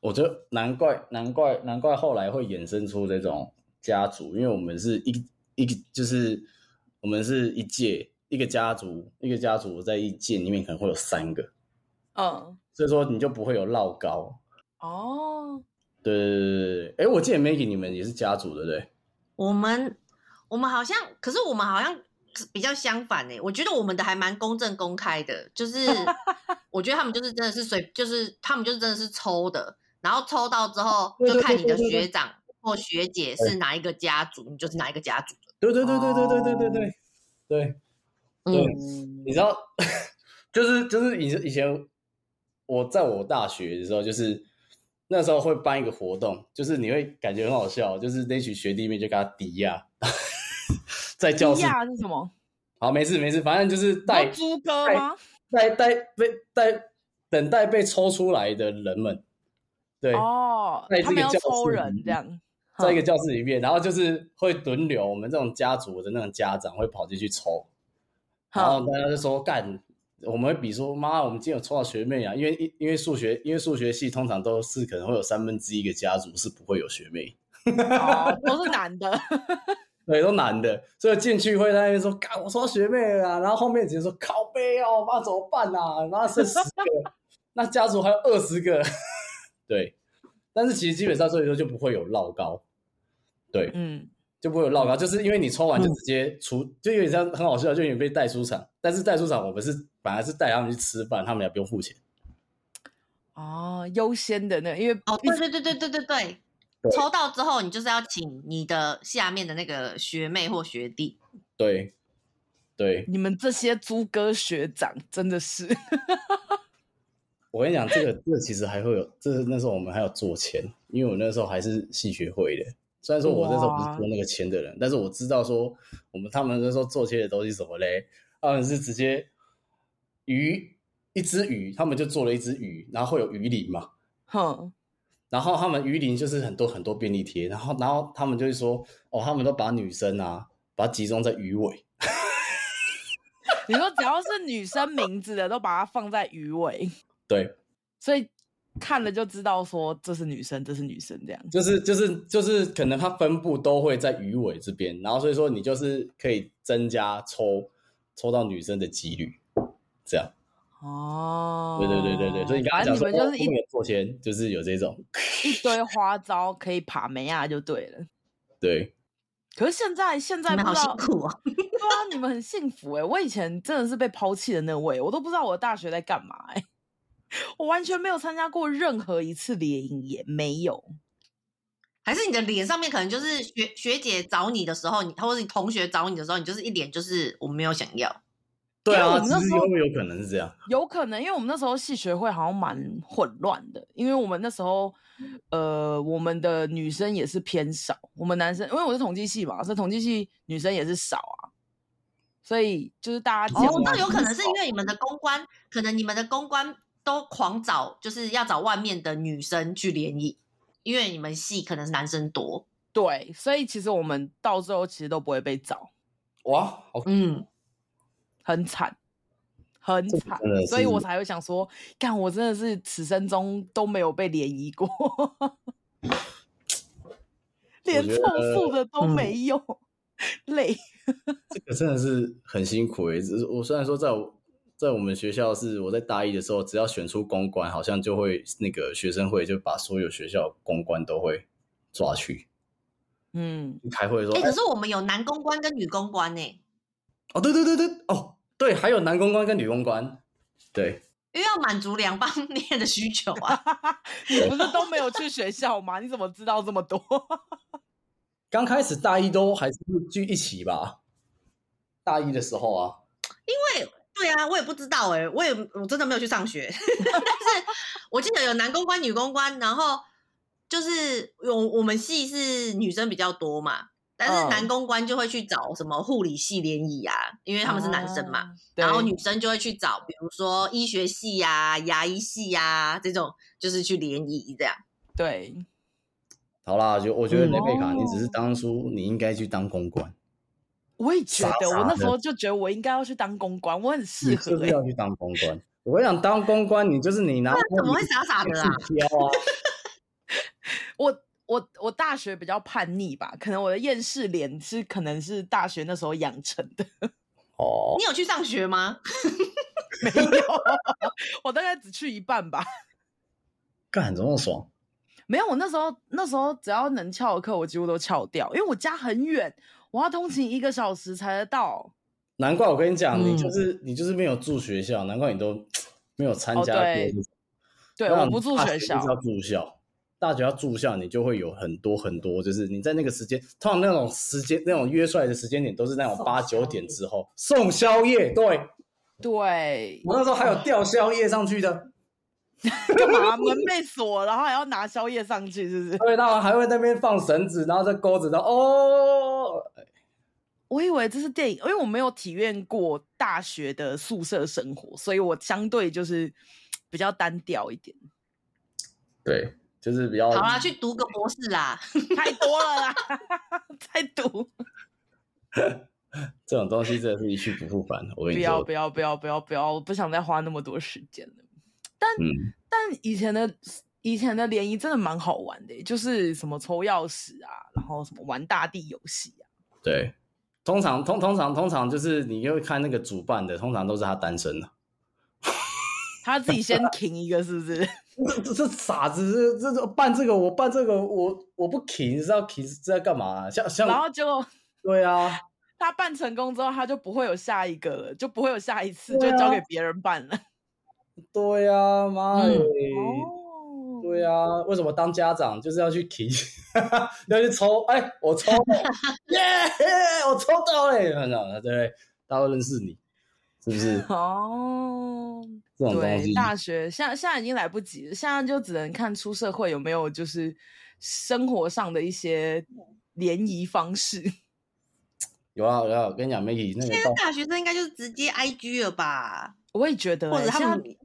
S3: 我觉得难怪难怪难怪后来会衍生出这种家族，因为我们是一一个就是我们是一届一个家族一个家族在一届里面可能会有三个，
S2: 嗯，
S3: 所以说你就不会有绕高。
S2: 哦，
S3: 对对对对对，哎，我记得 Maggie 你们也是家族对不对？
S1: 我们我们好像，可是我们好像比较相反哎、我觉得我们的还蛮公正公开的，就是
S3: [laughs]
S1: 我觉得他们就是真的是随，就是他们就是真的是抽的，然后抽到之后
S3: 对对
S1: 就看你的
S3: 对对对
S1: 学长或学姐是哪一个家族，你就是哪一个家族的。
S3: 对对对对对对对对对对，对
S1: 嗯，
S3: 你知道，就是就是以前以前我在我大学的时候，就是那时候会办一个活动，就是你会感觉很好笑，就是那群学弟妹就跟他迪亚， [laughs] 在教
S2: 低
S3: 室。
S2: 亚啊是什么？
S3: 好，没事没事，反正就是待
S2: 叫猪哥
S3: 带
S2: 吗？
S3: 待待被待等待被抽出来的人们，对，
S2: 哦
S3: 在，
S2: 他们
S3: 这个
S2: 要
S3: 教
S2: 抽
S3: 室里
S2: 人这样，
S3: 在一个
S2: 嗯
S3: 教室里面，然后就是会轮流，我们这种家族的那种家长会跑进去抽，然
S2: 好
S3: 后大家就说干，我们会比说妈，我们今天有抽到学妹啊，因为因因为数学，因为数学系通常都是可能会有三分之一个家族是不会有学妹，
S2: 哦，都是男的，
S3: 对，都男的，所以进去会在那边说干，我抽到学妹了啊，然后后面直接说靠背哦，妈怎么办啊，妈剩十个，那家族还有二十个， [laughs] 对，但是其实基本上所以说就不会有绕高，对，
S2: 嗯，
S3: 就不会有绕高，就是因为你抽完就直接出，就有点像很好笑，就有点被带出场。但是带出场，我们是本来是带他们去吃饭，他们俩不用付钱。
S2: 哦，优先的那，因为
S1: 哦，对对对对对对对，
S3: 对
S1: 抽到之后你就是要请你的下面的那个学妹或学弟，
S3: 对，对，
S2: 你们这些猪哥学长真的是，
S3: 我跟你讲，这个这个其实还会有，这是那时候我们还有做签，因为我那时候还是系学会的。虽然说我那时候不是做那个签的人，但是我知道说我们他们那时候做签的东西是什么嘞？他们是直接鱼一只鱼，他们就做了一只鱼，然后会有鱼鳞嘛。
S2: 哼，
S3: 然后他们鱼鳞就是很多很多便利贴，然后然后他们就是说，哦，他们都把女生啊，把它集中在鱼尾，
S2: 你说只要是女生名字的，都把它放在鱼尾，
S3: 对，
S2: 所以看了就知道说这是女生，这是女生这样。
S3: 就是就是就是可能它分布都会在鱼尾这边，然后所以说你就是可以增加抽抽到女生的几率，这样，
S2: 哦，
S3: 对对对对对，所以你刚
S2: 反
S3: 才
S2: 正
S3: 讲
S2: 你
S3: 说
S2: 们就是
S3: 哦
S2: 一
S3: 我们有做签，就是有这种，
S2: 一堆花招可以爬梅亚就对了。
S3: 对，
S2: 可是现在现在
S1: 你
S2: 不
S1: 们好
S2: 知
S1: 辛
S2: 道，
S1: 苦哦。 [laughs]
S2: 对啊，你们很幸福哎、我以前真的是被抛弃的那位，我都不知道我大学在干嘛哎、 [laughs] 我完全没有参加过任何一次联谊，也没有。
S1: 还是你的脸上面可能就是学学姐找你的时候，你或者你同学找你的时候，你就是一脸就是我没有想要。
S3: 对
S2: 因为
S3: 啊，
S2: 我们
S3: 其
S2: 那
S3: 实
S2: 时
S3: 有
S2: 候
S3: 有可能是这样，
S2: 有可能，因为我们那时候系学会好像蛮混乱的，因为我们那时候，呃，我们的女生也是偏少，我们男生，因为我是统计系嘛，所以统计系女生也是少啊，所以就是大家讲
S1: 哦，
S2: 话
S1: 那有可能是
S2: 少
S1: 因为你们的公关，可能你们的公关都狂找，就是要找外面的女生去联谊，因为你们系可能是男生多。
S2: 对，所以其实我们到最后其实都不会被找，
S3: 哇，好
S1: 嗯，
S2: 很惨，很
S3: 这个
S2: 惨
S3: 真的，
S2: 所以我
S3: 是
S2: 才会想说，干，我真的是此生中都没有被联谊过，连
S3: 觉
S2: 凑
S3: 得
S2: 数的都
S1: 嗯
S2: 没有，
S1: [laughs]
S2: 累。
S3: 这个真的是很辛苦诶、只是我虽然说在我在我们学校是我在大一的时候，只要选出公关，好像就会那个学生会就把所有学校公关都会抓去
S2: 嗯，
S3: 开会说，
S1: 哎、
S3: 哎、
S1: 可是我们有男公关跟女公关呢、
S3: 哦，对对对对，哦，对，还有男公关跟女公关，对，
S1: 因为要满足两方 [laughs] 面的需求啊。
S2: 你不是都没有去学校吗？你怎么知道这么多？
S3: 刚开始大一都还是聚一起吧，大一的时候啊，
S1: 对啊，我也不知道哎、我也我真的没有去上学， [laughs] 但是我记得有男公关、女公关，然后就是我我们系是女生比较多嘛，但是
S2: 嗯
S1: 男公关就会去找什么护理系联谊啊，因为他们是男生嘛，
S2: 啊，
S1: 然后
S2: 对
S1: 女生就会去找比如说医学系呀、牙医系呀、这种，就是去联谊这样。
S2: 哦对
S3: 好啦，就我觉
S1: 嗯
S3: 得
S1: 哦
S3: 雷贝卡，你只是
S2: 哦
S3: 当初你应该去当公关，
S2: 我也觉
S3: 傻
S2: 得，我
S3: 傻
S2: 那时
S3: 的
S2: 候就觉得我应该要去当公关，我很适
S3: 你就
S2: 合、
S3: 是
S2: 欸。
S3: 要去当公关。我跟你讲，当公关你就是你拿
S1: 怎么会傻傻的
S2: [laughs]
S1: 啦？
S3: 去挑啊。
S2: 我我我大学比较叛逆吧，可能我的厌世脸是可能是大学那时候养成的，
S3: 哦，
S1: 你有去上学吗？
S2: 没有，我大概只去一半吧。
S3: 干怎么那么爽？
S2: [laughs] 没有，我那时候那时候只要能翘的课，我几乎都翘掉，因为我家很远，我要通勤一个小时才得到。
S3: 难怪我跟你讲，
S2: 嗯
S3: 你就是你就是没有住学校，难怪你都没有参加
S2: 哦
S3: 过
S2: 对
S3: 这种。
S2: 对，
S3: 那
S2: 我
S3: 你
S2: 不住
S3: 大
S2: 学
S3: 就
S2: 校
S3: 是，要住校。大学要住校，你就会有很多很多，就是你在那个时间，通常那种时间那种约出来的时间点都是那种八
S1: 送宵
S3: 九
S1: 夜
S3: 点之后送宵夜。对
S2: 对，
S3: [laughs] 我那时候
S2: 嗯
S3: 还有吊宵夜上去的，
S2: 干嘛？门被锁，然后还要拿宵夜上去，是不 [laughs] 是？
S3: 对，然后还会在那边放绳子，然后再钩子，然后哦，
S2: 我以为这是电影，因为我没有体验过大学的宿舍生活，所以我相对就是比较单调一点。
S3: 对，就是比较
S2: 哦
S1: 好
S2: 啊
S1: 啦，去读个博士啦。
S2: 太多了啦， [laughs] 太毒！
S3: 这种东西真的是一去不复返。
S2: 不
S3: 我跟你
S2: 要
S3: 说
S2: 不，要不要不要不要！我不想再花那么多时间了。
S3: 嗯，
S2: 但以前的以前的联谊真的蛮好玩的耶，就是什么抽钥匙啊，然后什么玩大地游戏啊。
S3: 对。通常通通常通常就是你又看那个主办的，通常都是他单身的。
S2: 他自己
S3: [laughs]
S2: 先停一个，是不是？
S3: 这这这傻子，这这这办这个我办这个我我不停是要停是在干嘛、啊像像
S2: 然后结果
S3: 对啊，
S2: 他办成功之后，他就不会有下一个了，就不会有下一次，
S3: 对
S2: 就
S3: 啊
S2: 交给别人办了。
S3: 对啊，妈的、
S2: 嗯哦
S3: 对啊，为什么当家长就是要去提， [laughs] 要去抽？哎、我抽了，耶、我抽到嘞、很好，对不对？大家都认识你，是不是？
S2: 哦，
S3: 这种东
S2: 对，
S3: 西，
S2: 大学现在现在已经来不及了，现在就只能看出社会有没有就是生活上的一些联谊方式。 [laughs]
S3: 有啊有啊，我跟你讲，Maggie 那
S1: 现
S3: 个
S1: 在
S3: 到
S1: 大学生应该就是直接 IG 了吧？
S2: 我也觉得、
S1: 或者
S2: 欸，
S1: 他
S2: 现在
S1: 们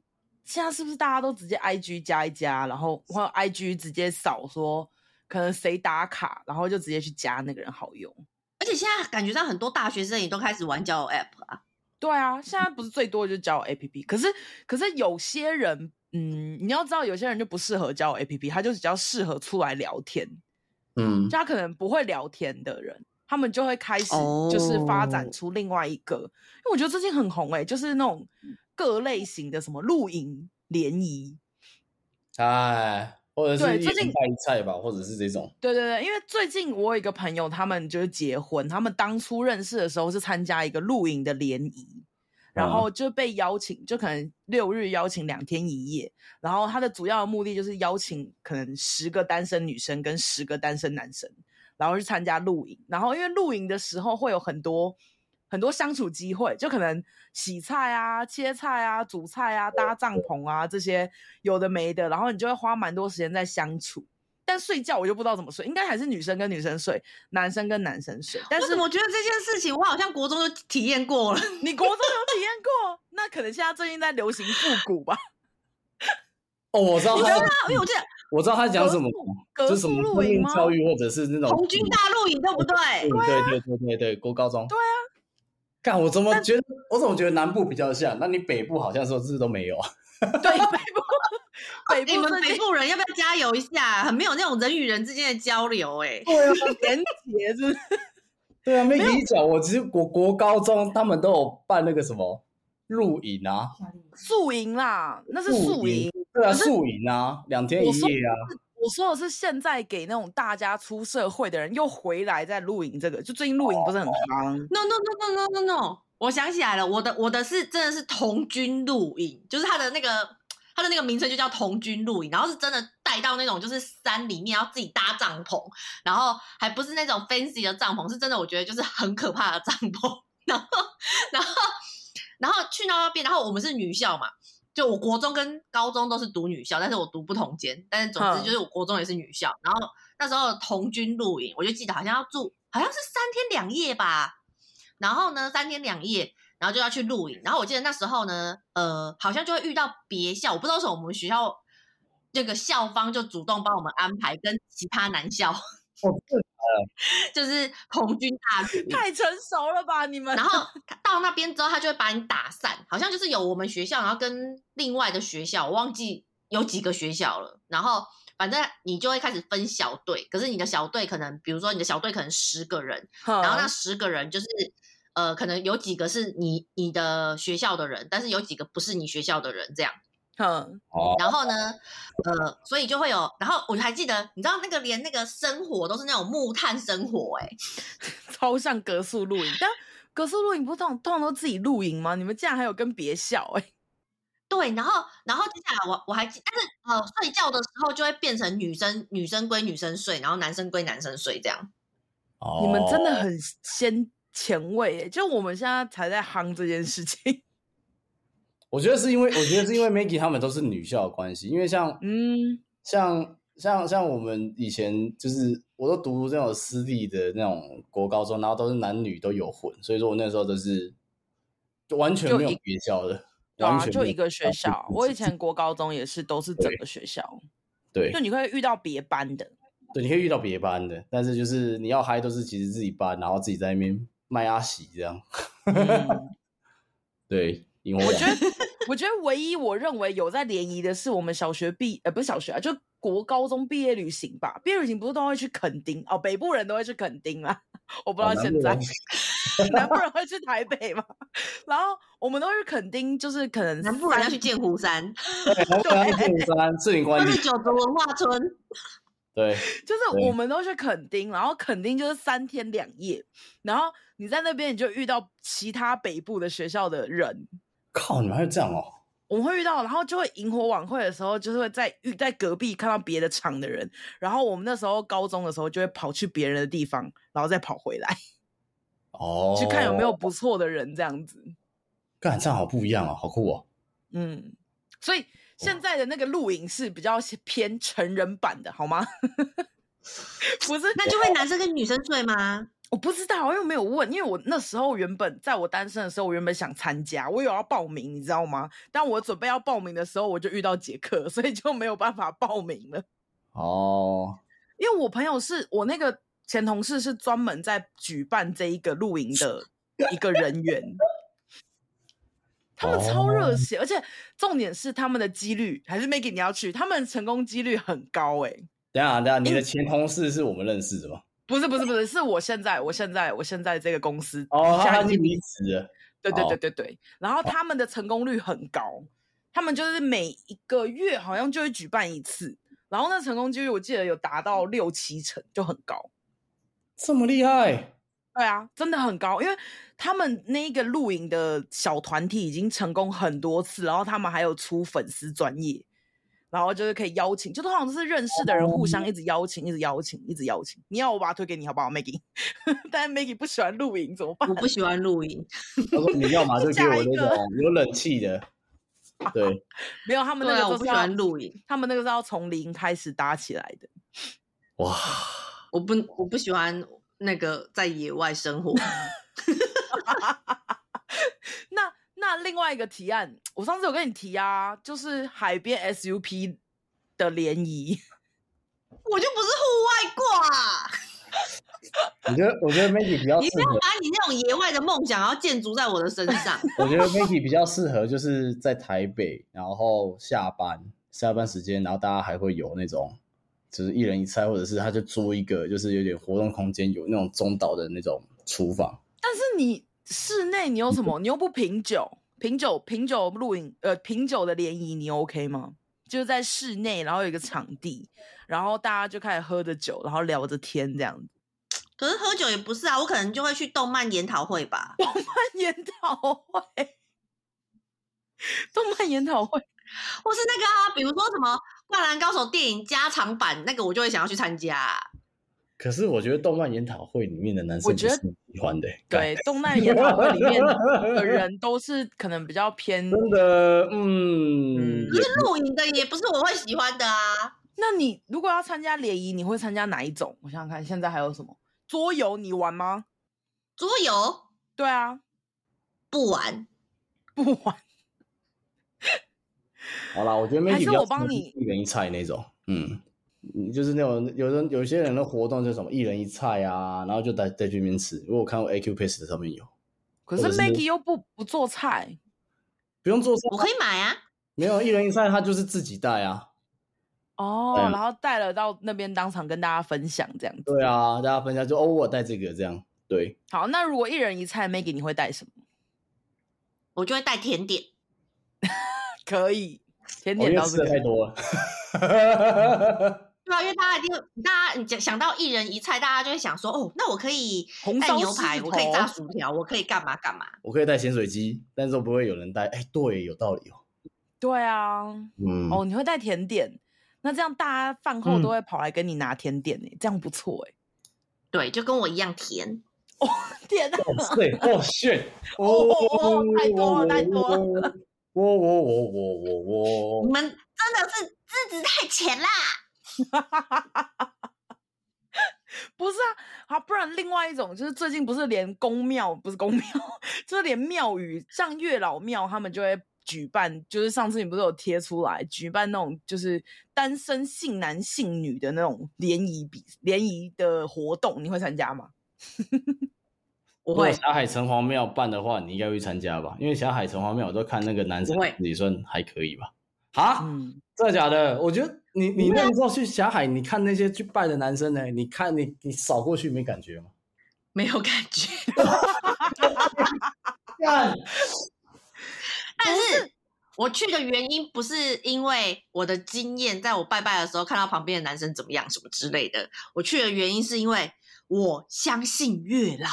S2: 现在是不是大家都直接 IG 加一加，然后或者 IG 直接扫说可能谁打卡，然后就直接去加那个人好友。
S1: 而且现在感觉到很多大学生也都开始玩交友 app 啊，
S2: 对啊，现在不是最多就交友 APP，可是可是有些人，嗯，你要知道有些人就不适合交友 APP，他就比较适合出来聊天，
S3: 嗯
S2: 就他可能不会聊天的人，他们就会开始就是发展出另外一个，因为我觉得最近很红诶、就是那种各类型的什么露营联谊，
S3: 哎，或者是
S2: 对
S3: 一
S2: 最
S3: 人
S2: 近
S3: 带一菜吧，或者是这种，
S2: 对对对，因为最近我有一个朋友，他们就是结婚，他们当初认识的时候是参加一个露营的联谊，然
S3: 啊
S2: 后就被邀请，就可能六日邀请两天一夜，然后他的主要的目的就是邀请可能十个单身女生跟十个单身男生，然后去参加露营，然后因为露营的时候会有很多。很多相处机会，就可能洗菜啊、切菜啊、煮菜啊、搭帐篷啊这些有的没的，然后你就会花蛮多时间在相处。但睡觉我就不知道怎么睡，应该还是女生跟女生睡，男生跟男生睡。但
S1: 我
S2: 是
S1: 怎么觉得这件事情我好像国中就体验过了？
S2: 你国中有体验过，那可能现在最近在流行复古吧，
S3: 哦，我知道
S1: 你知道
S3: 他
S1: 吗，？因为我记得
S3: 我知道他讲什么，
S2: 格
S3: 就是什
S2: 数
S3: 么
S2: 露
S3: 婚
S2: 营
S3: 姻
S2: 吗？
S3: 教育，或者是那
S2: 哦
S3: 种
S1: 红军大露营，对不对？
S3: 对
S2: 嗯啊
S3: 对对对对对，国高中。对啊。看我怎么觉得，我怎么觉得南部比较像，那你北部好像说是都没 [laughs] 有。
S2: [laughs]
S3: 啊
S2: 对，北部
S1: 你
S2: 北部
S1: 们
S2: 最
S1: 北
S2: 近
S1: 部人要不要加油一下？很没有那种人与人之间的交流、欸，哎，
S3: 对啊，
S2: 连结是不是
S3: 对啊，没跟你讲，我其实国国高中他们都有办那个什么露营啊，
S2: [laughs] 宿营啦，那是宿营。，
S3: 对啊，宿营啊，两天一
S2: 我说
S3: 夜啊，
S2: 我说的是现在给那种大家出社会的人又回来在露营，这个就最近露营不是很夯。
S1: No no no no no no no！我想起来了，我的我的是真的是童军露营，就是它的那个它的那个名称就叫童军露营，然后是真的带到那种就是山里面，要自己搭帐篷，然后还不是那种 fancy 的帐篷，是真的我觉得就是很可怕的帐篷，然后然后然后去到那边，然后我们是女校嘛。就我国中跟高中都是读女校，但是我读不同间。但是总之
S2: 嗯
S1: 就是我国中也是女校，然后那时候童军露营，我就记得好像要住，好像是三天两夜吧。然后呢，三天两夜，然后就要去露营。然后我记得那时候呢，呃，好像就会遇到别校，我不知道是我们学校那个校方就主动帮我们安排跟其他男校，
S3: 哦这
S1: [laughs] 就是童军大露营。
S2: 太成熟了吧你们？
S1: 然后他到那边之后，他就会把你打散，好像就是有我们学校，然后跟另外的学校，我忘记有几个学校了。然后反正你就会开始分小队，可是你的小队可能，比如说你的小队可能十个人，然
S2: 嗯
S1: 后那十个人就是呃，可能有几个是你你的学校的人，但是有几个不是你学校的人这样。
S2: 嗯，
S3: 哦，
S1: 然后呢，
S2: 哦
S1: 呃，所以就会有，然后我还记得，你知道那个连那个生活都是那种木炭生活、欸，
S2: [laughs] 超像格宿露营，但格宿露营不是通常通常都自己露营吗？你们竟然还有跟别校哎、
S1: 对，然后然后接下来我我还记，但是呃，睡觉的时候就会变成女生女生归女生睡，然后男生归男生睡这样。
S2: 你们真
S3: 哦
S2: 的很先前卫耶、就我们现在才在夯这件事情。 [laughs]
S3: 我觉得是因为，我觉得是因为 Maggie 他们都是女校的关系，因为像
S2: 嗯，
S3: 像像像我们以前就是我都读那种私立的那种国高中，然后都是男女都有混，所以说我那时候都是就完全
S2: 就
S3: 没有
S2: 一
S3: 别校的，
S2: 对啊
S3: 完，全
S2: 就
S3: 没有
S2: 一个学
S3: 啊
S2: 校，我以前国高中也是都是整个学校。
S3: 对
S2: 就你会遇到别班的。
S3: 对，你可以遇到别班的，但是就是你要嗨都是其实自己班，然后自己在那边卖阿喜这样。
S2: 嗯
S3: 对，因为我觉得
S2: 我觉得唯一我认为有在联谊的是我们小学毕呃不是小学啊，就国高中毕业旅行吧。毕业旅行不是都会去垦丁哦，北部人都会去垦丁啦，我
S3: 哦
S2: 不知道现在。 [laughs] 南部人会去台北吗？ [laughs] 然后我们都会去垦丁，就是可能
S1: 南部人要去剑湖
S2: [laughs]
S1: 山，
S3: 南部剑山四零
S2: 哦
S1: 那
S3: 关
S1: 是
S3: 里，
S1: 九族文化村，
S2: [laughs]
S3: 对
S2: 就是
S3: 对
S2: 我们都去垦丁，然后垦丁就是三天两夜，然后你在那边你就遇到其他北部的学校的人，
S3: 靠，你们还有这样哦？
S2: 我们会遇到，然后就会萤火晚会的时候，就是会在遇在隔壁看到别的场的人，然后我们那时候高中的时候就会跑去别人的地方，然后再跑回来、
S3: 哦，
S2: 去看有没有不错的人这样子，
S3: 干这样好不一样哦，好酷哦。
S2: 嗯，所以现在的那个露营是比较偏成人版的，好吗？ [laughs] 不是，
S1: 那就会男生跟女生睡
S2: [laughs]
S1: 吗？
S2: 我不知道，因为没有问，因为我那时候原本在我单身的时候，我原本想参加，我有要报名，你知道吗？但我准备要报名的时候，我就遇到杰克，所以就没有办法报名了。
S3: 哦，
S2: 因为我朋友是我那个前同事是专门在举办这一个露营的一个人
S3: [laughs]
S2: 员，他们超
S3: 哦
S2: 热血，而且重点是他们的几率还是 Maggie 你要去，他们成功几率很高诶、
S3: 等一下等一下，你的前同事是我们认识的吗？
S2: 不是不是不是，是我现在我现在我现在这个公司
S3: 哦，
S2: 下
S3: 他
S2: 一
S3: 已
S2: 季
S3: 经离职了。
S2: 对对对
S3: 哦
S2: 对对，然后他们的成功率很高，他们就是每一个月好像就会举办一次，然后那成功几率我记得有达到六七成，就很高。
S3: 这么厉害，
S2: 对啊，真的很高，因为他们那一个露营的小团体已经成功很多次，然后他们还有出粉丝专业，然后就是可以邀请，就通常都是认识的人互相一直邀请，一直邀请，一直邀请。你要我把它推给你好不好，Maggie？但是 Maggie 不喜欢露营，怎么办
S1: 我？不喜欢露营，
S3: 他说你要嘛就给我
S2: [laughs]
S3: 那
S2: 下一
S3: 种有冷
S2: [laughs]
S3: 气的，对，
S2: 没有，他们
S1: 对啊，
S2: 那
S1: 我
S2: 个就
S1: 不
S2: 是
S1: 喜
S2: 要、
S1: 欢露营，
S2: 他们那个是要从零开始搭起来的。
S3: 哇，
S1: 我不我不喜欢那个在野外 [laughs] 生活。
S2: 那那另外一个提案，我上次有跟你提啊，就是海边 SUP 的联谊。
S1: 我就不是户外挂、
S3: 我觉得我觉得 Maggie 比较
S1: 你
S3: 适
S1: 不要
S3: 合，
S1: 把你那种野外的梦想，然后建筑在我的身上。
S3: 我觉得 Maggie 比较适合就是在台北，然后下班下班时间，然后大家还会有那种就是一人一菜，或者是他就租一个就是有点活动空间，有那种中岛的那种厨房。
S2: 但是你室内你有什么？你又不品酒，品酒品酒露营，呃，品酒的联谊你 OK 吗？就是在室内，然后有一个场地，然后大家就开始喝着酒，然后聊着天这样子。 [laughs]
S1: 可是喝酒也不是啊，我可能就会去动漫研讨会吧。
S2: 动漫研讨会，动漫研讨会，
S1: 或是那个啊，比如说什么《灌篮高手》电影加长版，那个我就会想要去参加、
S3: 可是我觉得动漫研讨会里面的男
S2: 我
S3: 生不
S2: 觉
S3: 是
S2: 得
S3: 喜欢的、
S2: 对，动漫研讨会里面的人都是可能比较偏。
S3: [laughs] 真的，嗯
S2: 嗯，
S1: 可是露营的也不是我会喜欢的啊。
S2: 那你如果要参加联谊，你会参加哪一种？我想想看，现在还有什么桌游你玩吗？
S1: 桌游
S2: 对啊，
S1: 不玩，
S2: 不玩。
S3: 好啦，我觉得 Maggie
S2: 还
S3: 比
S2: 是
S3: 较
S2: 我帮
S3: 适合
S2: 你
S3: 一人一菜那种，嗯，嗯就是那种有人有些人的活动就是什么一人一菜啊，然后就在在这边吃。如果我看过 AQ Pass 的上面有，
S2: 可
S3: 或
S2: 是
S3: 者是
S2: Maggie 又不不做菜，
S3: 不用做菜
S1: 我可以买啊。
S3: 没有一人一菜，他就是自己带啊。
S2: 哦，
S3: 对啊
S2: 然后带了到那边当场跟大家分享这样子。
S3: 对啊，大家分享就哦，我带这个这样，对，
S2: 好，那如果一人一菜，Maggie 你会带什么？
S1: 我就会带甜点，
S2: 可以，甜
S3: 我
S2: 点
S3: 因为
S2: 倒
S3: 吃
S2: 是
S3: 的
S2: 可
S3: 太
S2: 以。
S3: 多了。
S2: 嗯
S1: 对啊，因为大家一定会，大家你讲想到一人一菜，大家就会想说，哦，那我可以
S2: 红
S1: 带
S2: 烧
S1: 牛排，
S2: 狮子
S1: 我可以炸
S2: 头
S1: 薯条，我可以干嘛干嘛。
S3: [laughs] 我可以带咸水鸡，但是我不会有人带。哎，对，有道理哦。
S2: 对啊，
S3: 嗯，
S2: 哦，你会带甜点，那这样大家饭后
S3: 嗯
S2: 都会跑来跟你拿甜点呢、这样不错哎、
S1: 对，就跟我一样甜。
S2: [laughs] 天啊哪，
S3: 对，哦，炫，
S2: [laughs]
S3: 哦
S2: 哦哦哦太多了太多了
S3: 了，我我我我我我
S2: 哦
S1: 你，们真的是资质太浅啦。
S2: [laughs] 不是啊，啊，不然另外一种就是 [laughs] 最近不是连宫庙不是宫庙，就是连庙宇，像月老庙他们就会举办，就是上次你不是有贴出来举办那种就是单身性男性女的那种联谊比联谊的活动，你会参加吗？
S1: 我
S3: 如果
S1: 会，
S3: 霞海城隍庙办的话，你应该会参加吧？因为霞海城隍庙，我都看那个男生
S1: 不会
S3: 也算还可以吧？啊，
S2: 嗯，
S3: 真的假的？我觉得你你那个时候去霞海，你看那些去拜的男生呢，你看你你扫过去没感觉吗？
S1: 没有感
S2: [laughs]
S1: 觉。
S3: 干，
S1: 但是我去的原因不是因为我的经验，在我拜拜的时候看到旁边的男生怎么样什么之类的，我去的原因是因为我相信月老。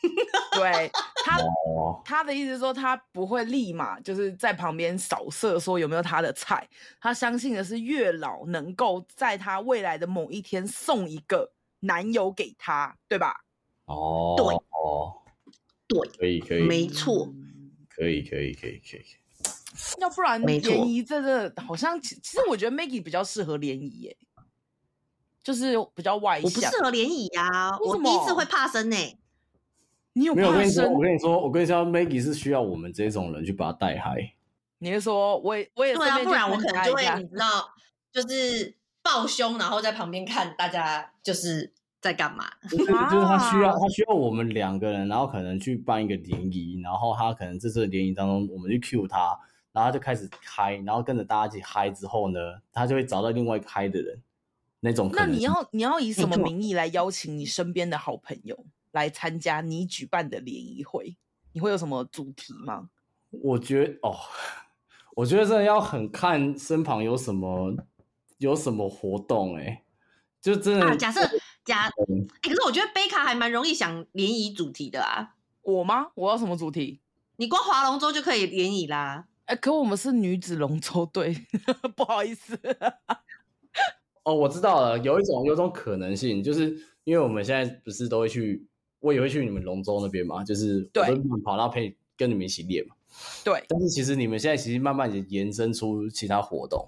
S2: [laughs] 对他
S3: 哦，
S2: 他的意思是说，他不会立马就是在旁边扫射说有没有他的菜，他相信的是月老能够在他未来的某一天送一个男友给他，对吧？
S3: 哦，
S1: 对
S3: 哦，
S1: 对，
S3: 可以，可以，
S1: 没错，
S3: 可以，可以，可以，可以。
S2: 要不然
S1: 没错
S2: 联谊这个好像其，其实我觉得 Maggie 比较适合联谊耶，就是比较外
S1: 我不适
S2: 向。
S1: 合联谊啊，
S2: 为
S1: 我
S2: 什
S1: 第一次
S2: 么
S1: 会怕生呢、
S2: 你有
S3: 没有，我
S2: 怕
S3: 跟你说，我
S2: 生？
S3: 跟你说，我跟你说，Maggie 是需要我们这种人去把他带嗨。
S2: 你是说我也我也
S1: 对啊，
S2: 顺
S1: 不
S2: 便去
S1: 然我
S2: 参
S1: 可能
S2: 加
S1: 就
S2: 一
S1: 会
S2: 下
S1: 你知道，就是抱胸，然后在旁边看大家就是在干嘛。
S3: 就是就是他需要
S2: 啊
S3: 他需要我们两个人，然后可能去办一个联谊，然后他可能在这次联谊当中，我们去 cue 他，然后他就开始嗨，然后跟着大家一起嗨之后呢，他就会找到另外一个嗨的人，那种可
S2: 那
S3: 能
S2: 你
S3: 性
S2: 要你要以什
S1: 没
S2: 么
S1: 错
S2: 名义来邀请你身边的好朋友来参加你举办的联谊会？你会有什么主题吗？
S3: 我觉得哦， [laughs] 我觉得真的要很看身旁有什么有什么活动哎、就真的、
S1: 啊，假设假、
S3: 嗯
S1: 欸可是我觉得贝卡还蛮容易想联谊主题的啊，
S2: 我吗？我要什么主题？
S1: 你光划龙舟就可以联谊啦。
S2: 哎、可我们是女子龙舟队， [laughs] 不好意思。
S3: 哦，我知道了，有一种有一种可能性，就是因为我们现在不是都会去，我也会去你们龙舟那边嘛，就是我
S2: 对
S3: 都跑到陪跟你们一起练嘛。
S2: 对，
S3: 但是其实你们现在其实慢慢也延伸出其他活动，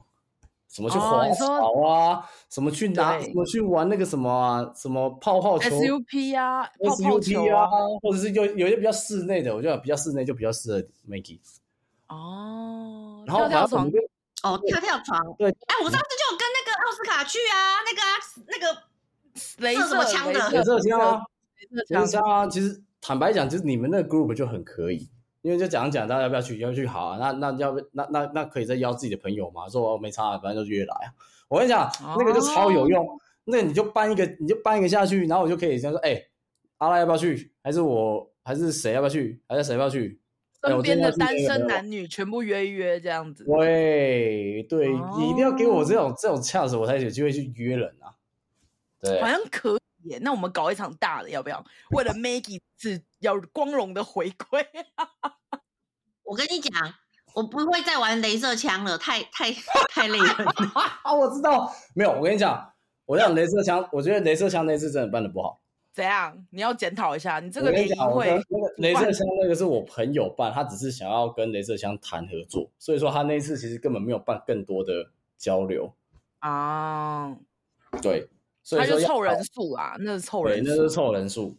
S3: 什么去
S2: 哦
S3: 滑
S2: 你说
S3: 草啊，什么去拿，
S2: 对
S3: 什么去玩那个什么啊，什么泡泡球。
S2: SUP 啊，泡泡球
S3: SUP 啊，或者是有有一些比较室内的，我觉得比较室内就比较适合 Maggie。
S2: 啊哦，
S3: 然
S2: 跳
S3: 后然
S2: 跳
S3: 后我
S2: 床
S3: 们就
S1: 哦，跳跳床。
S3: 对
S1: 哎、我上次就有跟那个奥斯卡去啊，那个啊，那个
S2: 雷
S1: 射什么枪的
S3: 有这个枪啊，
S2: 雷
S3: 其
S2: 射
S3: 实
S2: 枪，
S3: 啊，其实坦白讲，就是你们那个 group 就很可以，因为就讲讲大家要不要去，要不要去好啊，那那要不那那那可以再邀自己的朋友嘛，说哦没差啊，反正就约来啊。我跟你讲，那个就超有用，
S2: 哦
S3: 那你就搬一个，你就搬一个下去，然后我就可以这样说，哎、阿拉要不要去？还是我还是谁要不要去？还是谁要不要去？哎
S2: 身
S3: 我
S2: 边
S3: 真
S2: 的
S3: 要去那
S2: 单
S3: 个哦
S2: 身
S3: 朋友
S2: 男女全部约一约这样子。
S3: 喂，对你一定要给我这
S2: 哦
S3: 种这种呛死，我才有机会去约人啊。对
S2: 好，像可以耶。那我们搞一场大的，要不要？为了 Maggie 是要光荣的回归，
S1: 我跟你讲，我不会再玩镭射枪了，太
S2: [laughs]
S1: 太太累了。
S3: 啊，我知道，没有，我跟你讲，我讲镭射枪，我觉得镭射枪那次真的办的不好。
S2: [laughs] 怎样？你要检讨一下，你这
S3: 我
S2: 个
S3: 跟
S2: 联
S3: 你
S2: 谊
S3: 讲，我跟
S2: 会
S3: 那个镭射枪那个是我朋友办，他只是想要跟镭射枪谈合作，所以说他那一次其实根本没有办更多的交流。
S2: 啊，
S3: 对，所以
S2: 他
S3: 说
S2: 就
S3: 要
S2: 凑人数啊，那是凑
S3: 对，
S2: 人
S3: 那
S2: 数嗯
S3: 是。凑人数。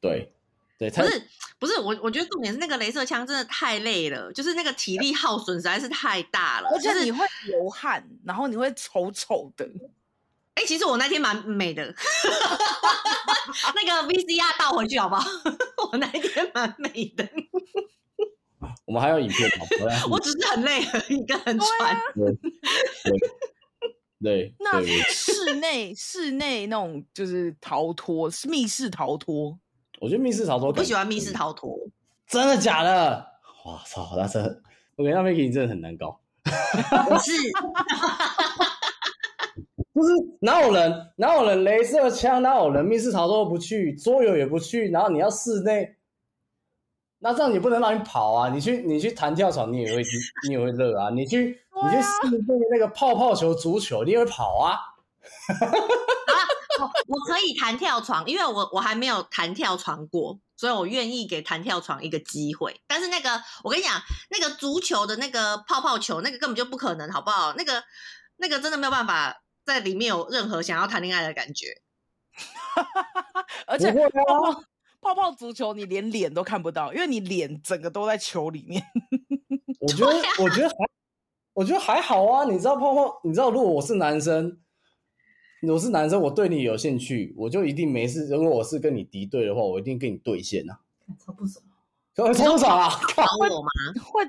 S3: 对，对，他
S1: 不是不是，我我觉得重点是那个镭射枪真的太累了，就是那个体力耗损实在是太大了。
S2: [laughs] 而且
S1: 就是
S2: 你会流汗，然后你会丑丑
S3: [laughs]
S2: 的。
S1: 哎、其实我那天蛮美的， [laughs] 那个 VCR 倒回去好不 [laughs] 好？我那天蛮美的，
S3: 我们还有影片
S2: [laughs]
S3: 嘛？不然
S1: [laughs] 我只是很累而已，跟很
S2: 啊
S1: 喘。
S3: 对，
S2: 那
S3: 对
S2: 室内室内那种就是逃脱，是密室逃脱。
S3: 我觉得密室逃脱
S1: 我
S3: 感
S1: 不
S3: 觉
S1: 喜欢密室逃脱，
S3: 真的假的？哇操，那真的，我跟你讲 m a g g i 你真的很难搞。
S1: 不是
S3: 不是哪有人哪有人镭射枪，哪有人密室逃脱不去，桌游也不去，然后你要室内，那这样你不能让你跑啊！你去你去弹跳床，你也会你也会热啊！你去、你去室内那个泡泡球、足球，你也会跑啊！
S1: 我我可以弹跳床，因为我我还没有弹跳床过，所以我愿意给弹跳床一个机会。但是那个我跟你讲，那个足球的那个泡泡球，那个根本就不可能，好不好？那个那个真的没有办法在里面有任何想要谈恋爱的感觉。
S2: 而
S3: 不
S2: 且
S3: 会啊
S2: 泡泡泡泡足球你连脸都看不到，因为你脸整个都在球里面。
S3: 我觉得，我觉得还，我觉得还好啊。你知道泡泡，你知道如果我是男生，我是男生，我对你有兴趣，我就一定没事。如果我是跟你敌对的话，我一定跟你对线啊。
S4: 超不爽。
S3: 超超爽啊！ [laughs]
S1: 搞我吗？
S2: 会，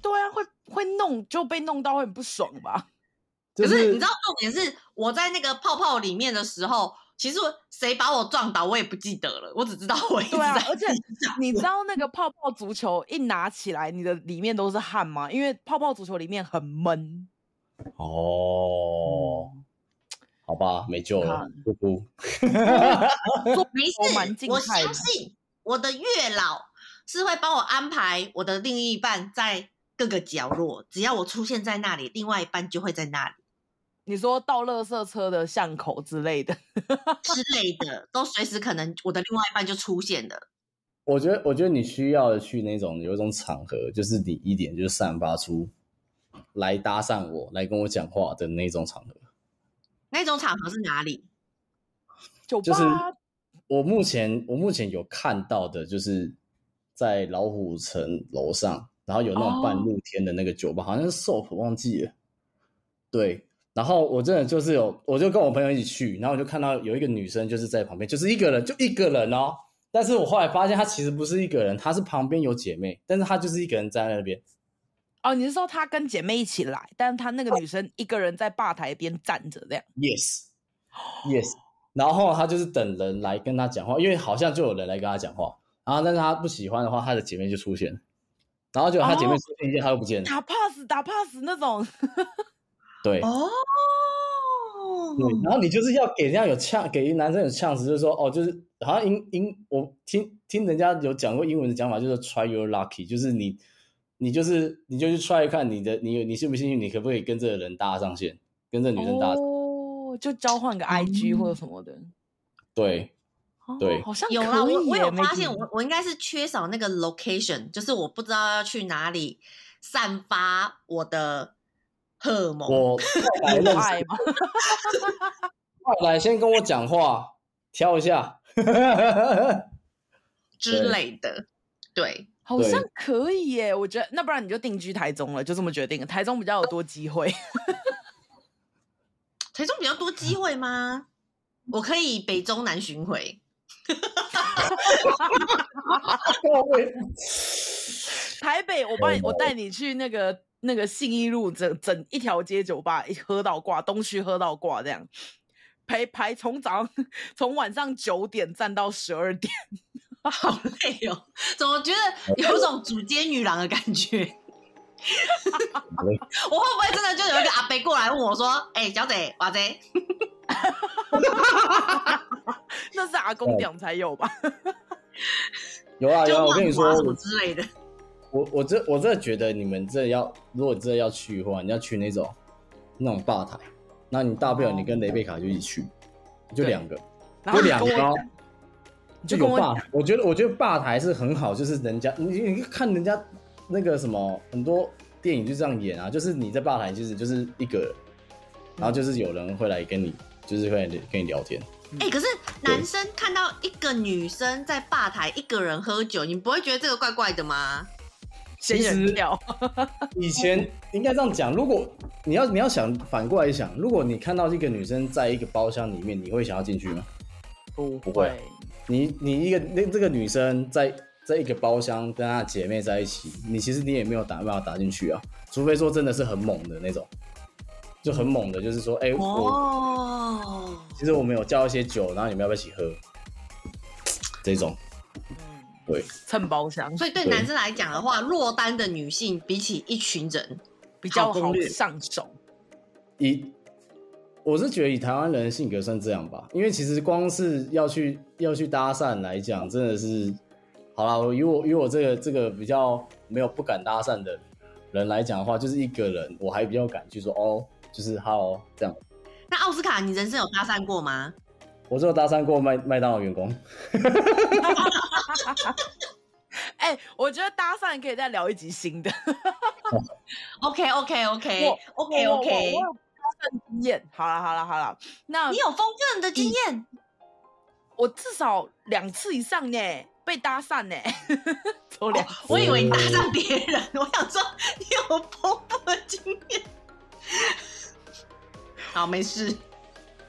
S2: 对啊，会会弄就被弄到会很不爽吧？ [laughs]
S3: 就
S1: 可是你
S3: 是
S1: 知道重点是，我在那个泡泡里面的时候，其实谁把我撞倒我也不记得了，我只知道我一直
S2: 对啊
S1: 在，
S2: 而且
S1: 地上
S2: 你知道那个泡泡足球一拿起来，你的里面都是汗吗？因为泡泡足球里面很闷。
S3: 哦，好吧，没救了
S2: 嗯好，
S3: 不哭。
S2: [laughs]
S1: 没
S2: 都蛮
S1: 事，
S2: 静
S1: 我
S2: 态
S1: 相
S2: 的
S1: 信我的月老是会帮我安排我的另一半在各个角落，只要我出现在那里，另外一半就会在那
S2: [laughs]
S1: 里
S2: 你说倒垃圾车的巷口之类的，
S1: 之类的，都随时可能我的另外一半就出现了。
S3: 我觉得，我觉得你需要去那种有一种场合，就是你一点就是散发出来搭讪我、来跟我讲话的那种场合。
S1: 那种场合是哪里？
S2: 酒吧、
S3: 就是我目前我目前有看到的，就是在老虎城楼上，然后有那种
S2: 哦
S3: 半露天的那个酒吧，好像是 Soap 忘记了。对，然后我真的就是有，我就跟我朋友一起去，然后我就看到有一个女生就是在旁边，就是一个人，就一个人哦。但是我后来发现她其实不是一个人，她是旁边有姐妹，但是她就是一个人站在那边。
S2: 哦，你是说她跟姐妹一起来，但是她那个女生一个人在吧台边站着这样？
S3: Yes, yes。然后他就是等人来跟他讲话，因为好像就有人来跟他讲话。然后，但是他不喜欢的话，他的姐妹就出现了。然后就他姐妹
S2: 哦
S3: 出现一下，他又不见了。
S2: 打 pass 打 pass 那种，
S3: 对，
S1: 哦，
S3: 对。然后你就是要给人家有呛，给男生有呛词，就是说哦，就是好像英英，我听听人家有讲过英文的讲法，就是 try your lucky，就是你你就是你就去 try 看你的你你幸不幸运，你可不可以跟这个人搭上线，跟这 [laughs] 个女生搭。
S2: 哦，就交
S1: 嗯
S2: 换个 IG 或者什么的。
S3: 对，
S2: 哦
S3: 对
S2: 好像
S1: 有啦，
S2: 可
S1: 我
S2: 以
S1: 我
S2: 耶
S1: 有发
S2: Maggie
S1: 现我，我应该是缺少那个 location，就是我不知道要去哪里散发我的荷尔蒙。
S2: 哦
S3: 我后来
S2: [laughs]
S3: 认
S2: 有
S3: 识
S2: 爱吗？
S3: 快来先跟我讲话，挑一下。 [laughs]
S1: 之
S3: 对
S1: 类的。对，
S2: 好像可以耶，我觉得那不然你就定居台中了，就这么决定了。台中比较有多机会， [laughs]
S1: 台中比较多机会吗？我可以北中南巡回，
S2: 台北我帮你，
S3: Oh
S2: 我带你去那个那个信义路整整一条街酒吧一喝到挂，东区喝到挂这样，陪排从早上从晚上九点站到十二点， [laughs]
S1: 好累哦，怎么觉得有种主街女郎的感
S3: [laughs]
S1: 觉？我会不会真的就有一个阿伯过来问我说：“哎、小姐，哇姐，
S2: 那是阿
S3: 哦
S2: 公点才有吧？
S3: 有啊有
S1: 就
S3: 啊，我
S1: 万
S3: 跟你说
S1: 华，什么之类的。
S3: 我我这我真的觉得你们这要，如果真的要去的话，你要去那种那种吧台，那你大不了你跟雷贝卡就一起去，就两个，
S2: 然
S3: 就
S2: 后你
S3: 两
S2: 跟
S3: 个哦
S2: 我，就
S3: 就有
S2: 跟我
S3: 吧。我觉得我觉得吧台是很好，就是人家你你看人家那个什么很多电影就这样演啊，就是你在吧台其实就是一个人，然后就是有人会来跟你，就是会来跟你聊天。
S1: 哎、可是男生看到一个女生在吧台一个人喝酒，你不会觉得这个怪怪的吗？
S2: 仙
S3: 其
S2: 人
S3: 实
S2: 跳，
S3: 以前应该这样讲，如果你要你要想反过来想，如果你看到一个女生在一个包厢里面，你会想要进去吗？
S2: 不
S3: [laughs] 不会，你你一个那这个女生在在一个包厢跟她姐妹在一起，你其实你也没有打办法打进去啊，除非说真的是很猛的那种，就很猛的，就是说，哎、我
S1: 哦，
S3: 其实我们有叫一些酒，然后你们要不要一起喝？这种对
S2: 蹭包厢
S1: 所以对
S3: 对
S1: 男生来讲的话，落单的女性比起一群人，
S2: 比较
S1: 好攻
S2: 好
S1: 略
S2: 上手。
S3: 以我是觉得以台湾人的性格算这样吧，因为其实光是要去要去搭讪来讲，真的是好啦，我以我以我这个这个比较没有不敢搭讪的人来讲的话，就是一个人我还比较敢去说哦，就是 hello 这样。
S1: 那奥斯卡，你人生有搭讪过吗？
S3: 我只有搭讪过麦麦当劳员工，
S2: 哎、我觉得搭讪可以再聊一集新的。
S1: OK OK OK
S2: 哦我
S1: OK
S2: 我我
S1: OK，
S2: 我有搭讪经验。好了好了好了，那
S1: 你有丰富的经验，
S2: 我至少两次以上呢，被搭讪呢， [laughs] 走两次。
S1: 我以为你搭
S3: 嗯
S1: 上别人，我想说你有丰富的经验。好，没事。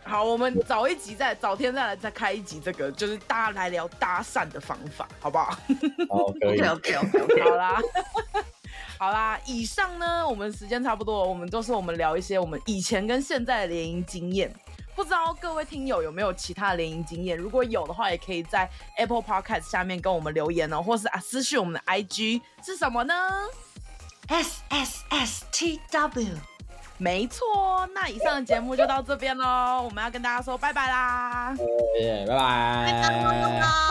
S2: 好，我们早一集再早天再来再开一集这个，就是大家来聊搭讪的方法，好不好？
S3: 好，哦可以
S1: OK。OK OK OK。
S2: [laughs] 好啦，好啦，以上呢，我们时间差不多了，我们都是我们聊一些我们以前跟现在的联谊经验。不知道各位听友有没有其他的联谊经验？如果有的话，也可以在 Apple Podcast 下面跟我们留言哦，或是啊私讯我们的 IG 是什么呢？
S1: S S S T W，
S2: 没错，那以上的节目就到这边喽，我们要跟大家说拜拜啦。
S1: 啊
S3: 谢谢，拜拜。